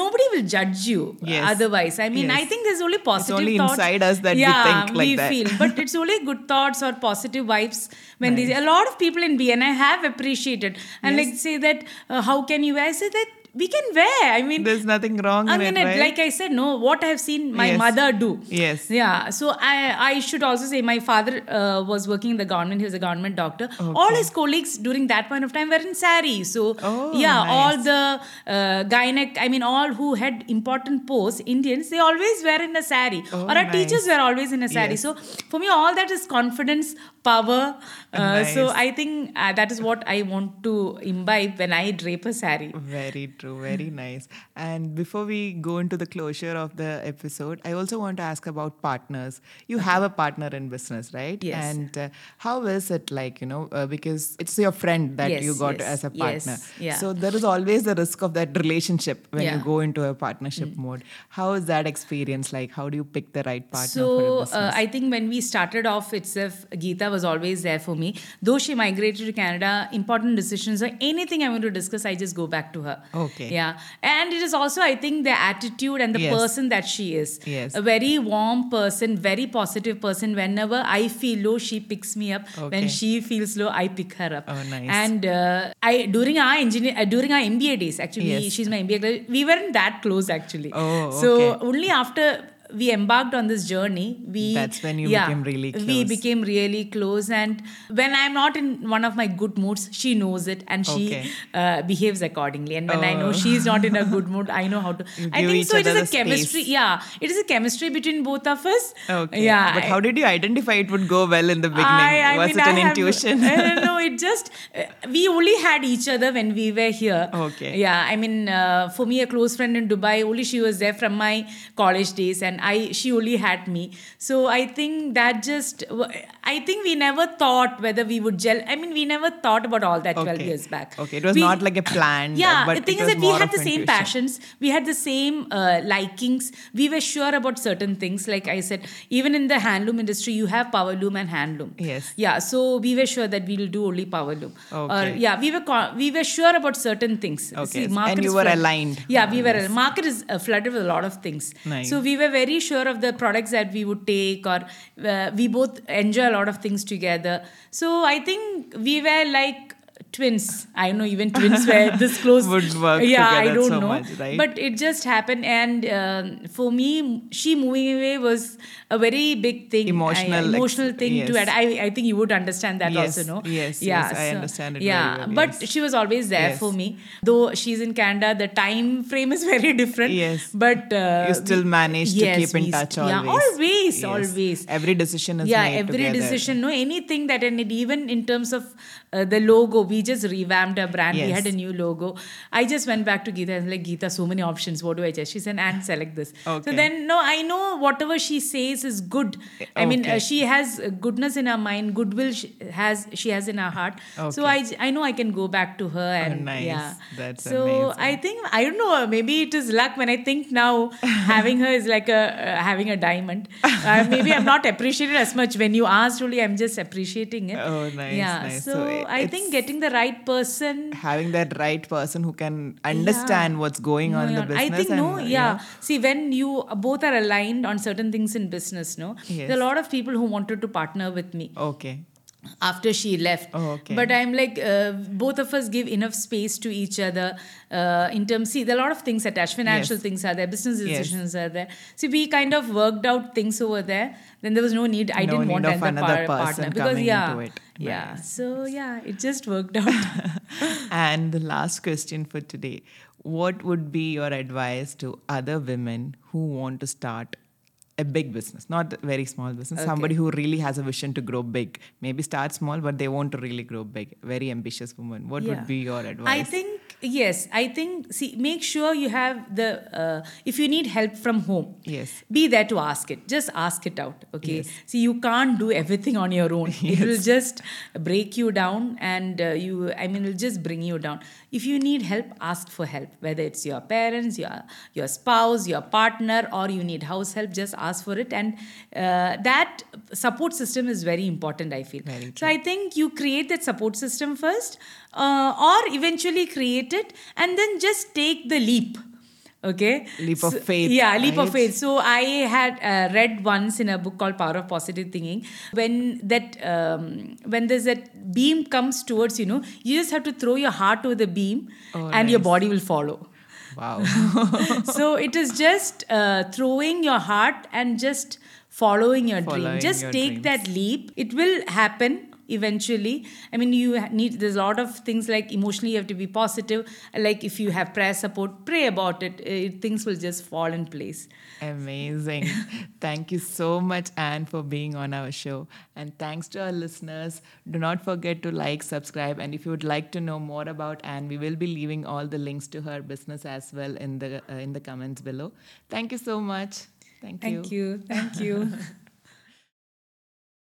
Speaker 2: nobody will judge you
Speaker 1: Yes.
Speaker 2: otherwise. I mean,
Speaker 1: Yes.
Speaker 2: I think there's only positive.
Speaker 1: only
Speaker 2: thoughts.
Speaker 1: inside us that we
Speaker 2: yeah,
Speaker 1: think like
Speaker 2: we
Speaker 1: that.
Speaker 2: feel, but it's only good thoughts or positive vibes. When these a lot of people in BNI have appreciated and
Speaker 1: Yes.
Speaker 2: like say that, uh, how can you wear? I say that we can wear. I mean,
Speaker 1: There's nothing wrong
Speaker 2: I
Speaker 1: in
Speaker 2: mean,
Speaker 1: it,
Speaker 2: it-
Speaker 1: right?
Speaker 2: like I said, no, what I have seen my
Speaker 1: Yes.
Speaker 2: mother do.
Speaker 1: Yes.
Speaker 2: Yeah. So I, I should also say my father uh, was working in the government. He was a government doctor. All
Speaker 1: Okay.
Speaker 2: his colleagues during that point of time were in sari. So
Speaker 1: Oh,
Speaker 2: yeah,
Speaker 1: nice.
Speaker 2: all the uh, gynec, I mean, all who had important posts, Indians, they always were in a sari.
Speaker 1: Oh,
Speaker 2: or our
Speaker 1: nice.
Speaker 2: teachers were always in a sari.
Speaker 1: Yes.
Speaker 2: So for me, all that is confidence, power. Uh, So
Speaker 1: Nice.
Speaker 2: I think uh, that is what I want to imbibe when I drape a sari.
Speaker 1: Very true, very nice. And before we go into the closure of the episode, I also want to ask about partners. You have a partner in business, right?
Speaker 2: Yes.
Speaker 1: And uh, how is it like, you know, uh, because it's your friend that
Speaker 2: Yes,
Speaker 1: you got
Speaker 2: yes,
Speaker 1: as a partner.
Speaker 2: yes, yeah.
Speaker 1: So there is always the risk of that relationship when you
Speaker 2: Yeah. Mm.
Speaker 1: go into a partnership mode. How is that experience like? How do you pick the right partner for
Speaker 2: so
Speaker 1: a business?
Speaker 2: uh, i think when we started off itself geeta was always there for me though she migrated to canada important decisions or anything i want to discuss i just go back to her
Speaker 1: Okay.
Speaker 2: yeah and it is also i think the attitude and the
Speaker 1: Yes.
Speaker 2: person that she is
Speaker 1: Yes.
Speaker 2: a very warm person very positive person whenever i feel low she picks me up when
Speaker 1: Okay.
Speaker 2: she feels low i pick her up
Speaker 1: Oh, nice.
Speaker 2: and uh, i during our engineer uh, during our mba days actually
Speaker 1: Yes.
Speaker 2: she's my mba girl, we weren't that close actually
Speaker 1: Oh,
Speaker 2: so
Speaker 1: okay.
Speaker 2: only after we embarked on this journey we
Speaker 1: That's when you became really
Speaker 2: we
Speaker 1: close.
Speaker 2: became really close and when i'm not in one of my good moods she knows it and she
Speaker 1: Okay. Oh.
Speaker 2: uh, behaves accordingly and when i know she's not in a good mood i know how to
Speaker 1: You
Speaker 2: i
Speaker 1: give
Speaker 2: think
Speaker 1: each
Speaker 2: so it
Speaker 1: other
Speaker 2: is a
Speaker 1: the space.
Speaker 2: chemistry yeah it is a chemistry between both of us
Speaker 1: Okay.
Speaker 2: yeah
Speaker 1: But
Speaker 2: I-
Speaker 1: how did you identify it would go well in the beginning?
Speaker 2: I- I
Speaker 1: Was
Speaker 2: mean,
Speaker 1: it
Speaker 2: I
Speaker 1: an
Speaker 2: have-
Speaker 1: intuition?
Speaker 2: I don't know. It just uh, we only had each other when we were here.
Speaker 1: Okay.
Speaker 2: Yeah, I mean, uh, for me, a close friend in Dubai. Only she was there from my college days, and I she only had me. So I think that just I think we never thought whether we would gel. I mean, we never thought about all that twelve
Speaker 1: Okay.
Speaker 2: years back.
Speaker 1: Okay, it was
Speaker 2: We-
Speaker 1: not like a plan.
Speaker 2: yeah,
Speaker 1: uh, but
Speaker 2: the thing
Speaker 1: it
Speaker 2: is
Speaker 1: was
Speaker 2: that we
Speaker 1: more
Speaker 2: had
Speaker 1: of
Speaker 2: the same
Speaker 1: intuition.
Speaker 2: passions, we had the same uh, likings. We were sure about certain things. Like I said, even in the handloom industry, you have power loom and handloom.
Speaker 1: Yes.
Speaker 2: Yeah, so we were sure that we'll do only power loom. Or
Speaker 1: Okay.
Speaker 2: yeah, we were co- we were sure about certain things.
Speaker 1: Okay,
Speaker 2: See,
Speaker 1: and
Speaker 2: market
Speaker 1: you
Speaker 2: is
Speaker 1: were
Speaker 2: flood-
Speaker 1: aligned.
Speaker 2: Yeah, we were. Market is uh, flooded with a lot of things.
Speaker 1: Nice.
Speaker 2: So we were very sure of the products that we would take, or uh, we both enjoy a lot of things together. So I think we were like twins. I know even twins were this close.
Speaker 1: Would work
Speaker 2: Yeah, I
Speaker 1: together
Speaker 2: don't
Speaker 1: so
Speaker 2: know.
Speaker 1: much, right?
Speaker 2: But it just happened, and um, for me, she moving away was a very big thing, I-
Speaker 1: Emotional ex-
Speaker 2: emotional thing too.
Speaker 1: yes.
Speaker 2: And I, I think you would understand that
Speaker 1: Yes,
Speaker 2: also, no?
Speaker 1: yes, yes, I understand it very
Speaker 2: Yeah,
Speaker 1: well,
Speaker 2: but
Speaker 1: yes.
Speaker 2: she was always there
Speaker 1: Yes.
Speaker 2: for me, though she's in Canada. The time frame is very different.
Speaker 1: Yes.
Speaker 2: but uh,
Speaker 1: You still managed
Speaker 2: yes,
Speaker 1: to keep
Speaker 2: we-
Speaker 1: in touch always.
Speaker 2: yeah, always,
Speaker 1: Yes.
Speaker 2: always.
Speaker 1: Every decision is
Speaker 2: yeah
Speaker 1: made
Speaker 2: every
Speaker 1: together.
Speaker 2: decision no anything that and it even in terms of uh, the logo we just revamped our brand we
Speaker 1: Yes.
Speaker 2: had a new logo i just went back to geeta and was like geeta so many options what do i just she said and select this so
Speaker 1: Okay.
Speaker 2: then no i know whatever she says is good i mean uh,
Speaker 1: Okay.
Speaker 2: she has uh, goodness in her mind goodwill she has she has in her heart so
Speaker 1: Okay.
Speaker 2: i j- i know i can go back to her and
Speaker 1: nice.
Speaker 2: yeah
Speaker 1: That's
Speaker 2: so
Speaker 1: amazing.
Speaker 2: i think i don't know maybe it is luck when i think now having her is like a uh, having a diamond uh, maybe i'm not appreciated as much when you asked only i'm just appreciating it
Speaker 1: Oh, nice,
Speaker 2: yeah
Speaker 1: nice.
Speaker 2: so,
Speaker 1: So it-
Speaker 2: i
Speaker 1: it's-
Speaker 2: think getting the right person
Speaker 1: Having that right person who can understand what's going on in the
Speaker 2: no, yeah.
Speaker 1: business.
Speaker 2: I think
Speaker 1: and,
Speaker 2: no,
Speaker 1: uh,
Speaker 2: yeah. See, when you both are aligned on certain things in business, no,
Speaker 1: Yes.
Speaker 2: there are a lot of people who wanted to partner with me
Speaker 1: Okay.
Speaker 2: after she left.
Speaker 1: Oh, okay.
Speaker 2: But I'm like, uh, both of us give enough space to each other uh, in terms. See, there are a lot of things attached. Financial
Speaker 1: Yes.
Speaker 2: things are there. Business
Speaker 1: Yes.
Speaker 2: decisions are there. See, we kind of worked out things over there. Then there was no need. I
Speaker 1: No
Speaker 2: didn't want
Speaker 1: need of
Speaker 2: another,
Speaker 1: another
Speaker 2: par-
Speaker 1: person
Speaker 2: partner because
Speaker 1: coming
Speaker 2: yeah,
Speaker 1: into it.
Speaker 2: yeah.
Speaker 1: Nice.
Speaker 2: So yeah, it just worked out.
Speaker 1: and the last question for today What would be your advice to other women who want to start? A big business, not a very small business. Somebody who really has a vision to grow big. Maybe start small, but they want to really grow big. Very ambitious woman. What
Speaker 2: Yeah.
Speaker 1: would be your advice?
Speaker 2: I think yes. I think see, make sure you have the uh, if you need help from home.
Speaker 1: Yes.
Speaker 2: Be there to ask it. Just ask it out. Okay. See, you can't do everything on your own. It will just break you down, and uh, you. I mean, it'll just bring you down. If you need help, ask for help. Whether it's your parents, your your spouse, your partner, or you need house help, just ask for it. And uh, that support system is very important. I feel.
Speaker 1: Very
Speaker 2: So I think you create that support system first, uh, or eventually create it, and then just take the leap. Okay.
Speaker 1: Leap of
Speaker 2: So-
Speaker 1: faith,
Speaker 2: Yeah, leap of
Speaker 1: right?
Speaker 2: faith. So I had uh, read once in a book called Power of Positive Thinking when that um, when there's that beam comes towards you know you just have to throw your heart over the beam
Speaker 1: Oh,
Speaker 2: and your
Speaker 1: nice.
Speaker 2: body will follow.
Speaker 1: Wow.
Speaker 2: so it is just uh, throwing your heart and just following your dream
Speaker 1: Following
Speaker 2: just
Speaker 1: your
Speaker 2: take that leap it will happen eventually i mean you ha- need there's a lot of things like emotionally you have to be positive like if you have prayer support pray about it Uh, things will just fall in place
Speaker 1: Amazing. Thank you so much, Anne, for being on our show. And thanks to our listeners. Do not forget to like, subscribe. And if you would like to know more about Anne, we will be leaving all the links to her business as well in the, uh, in the comments below. Thank you so much. Thank,
Speaker 2: thank you thank you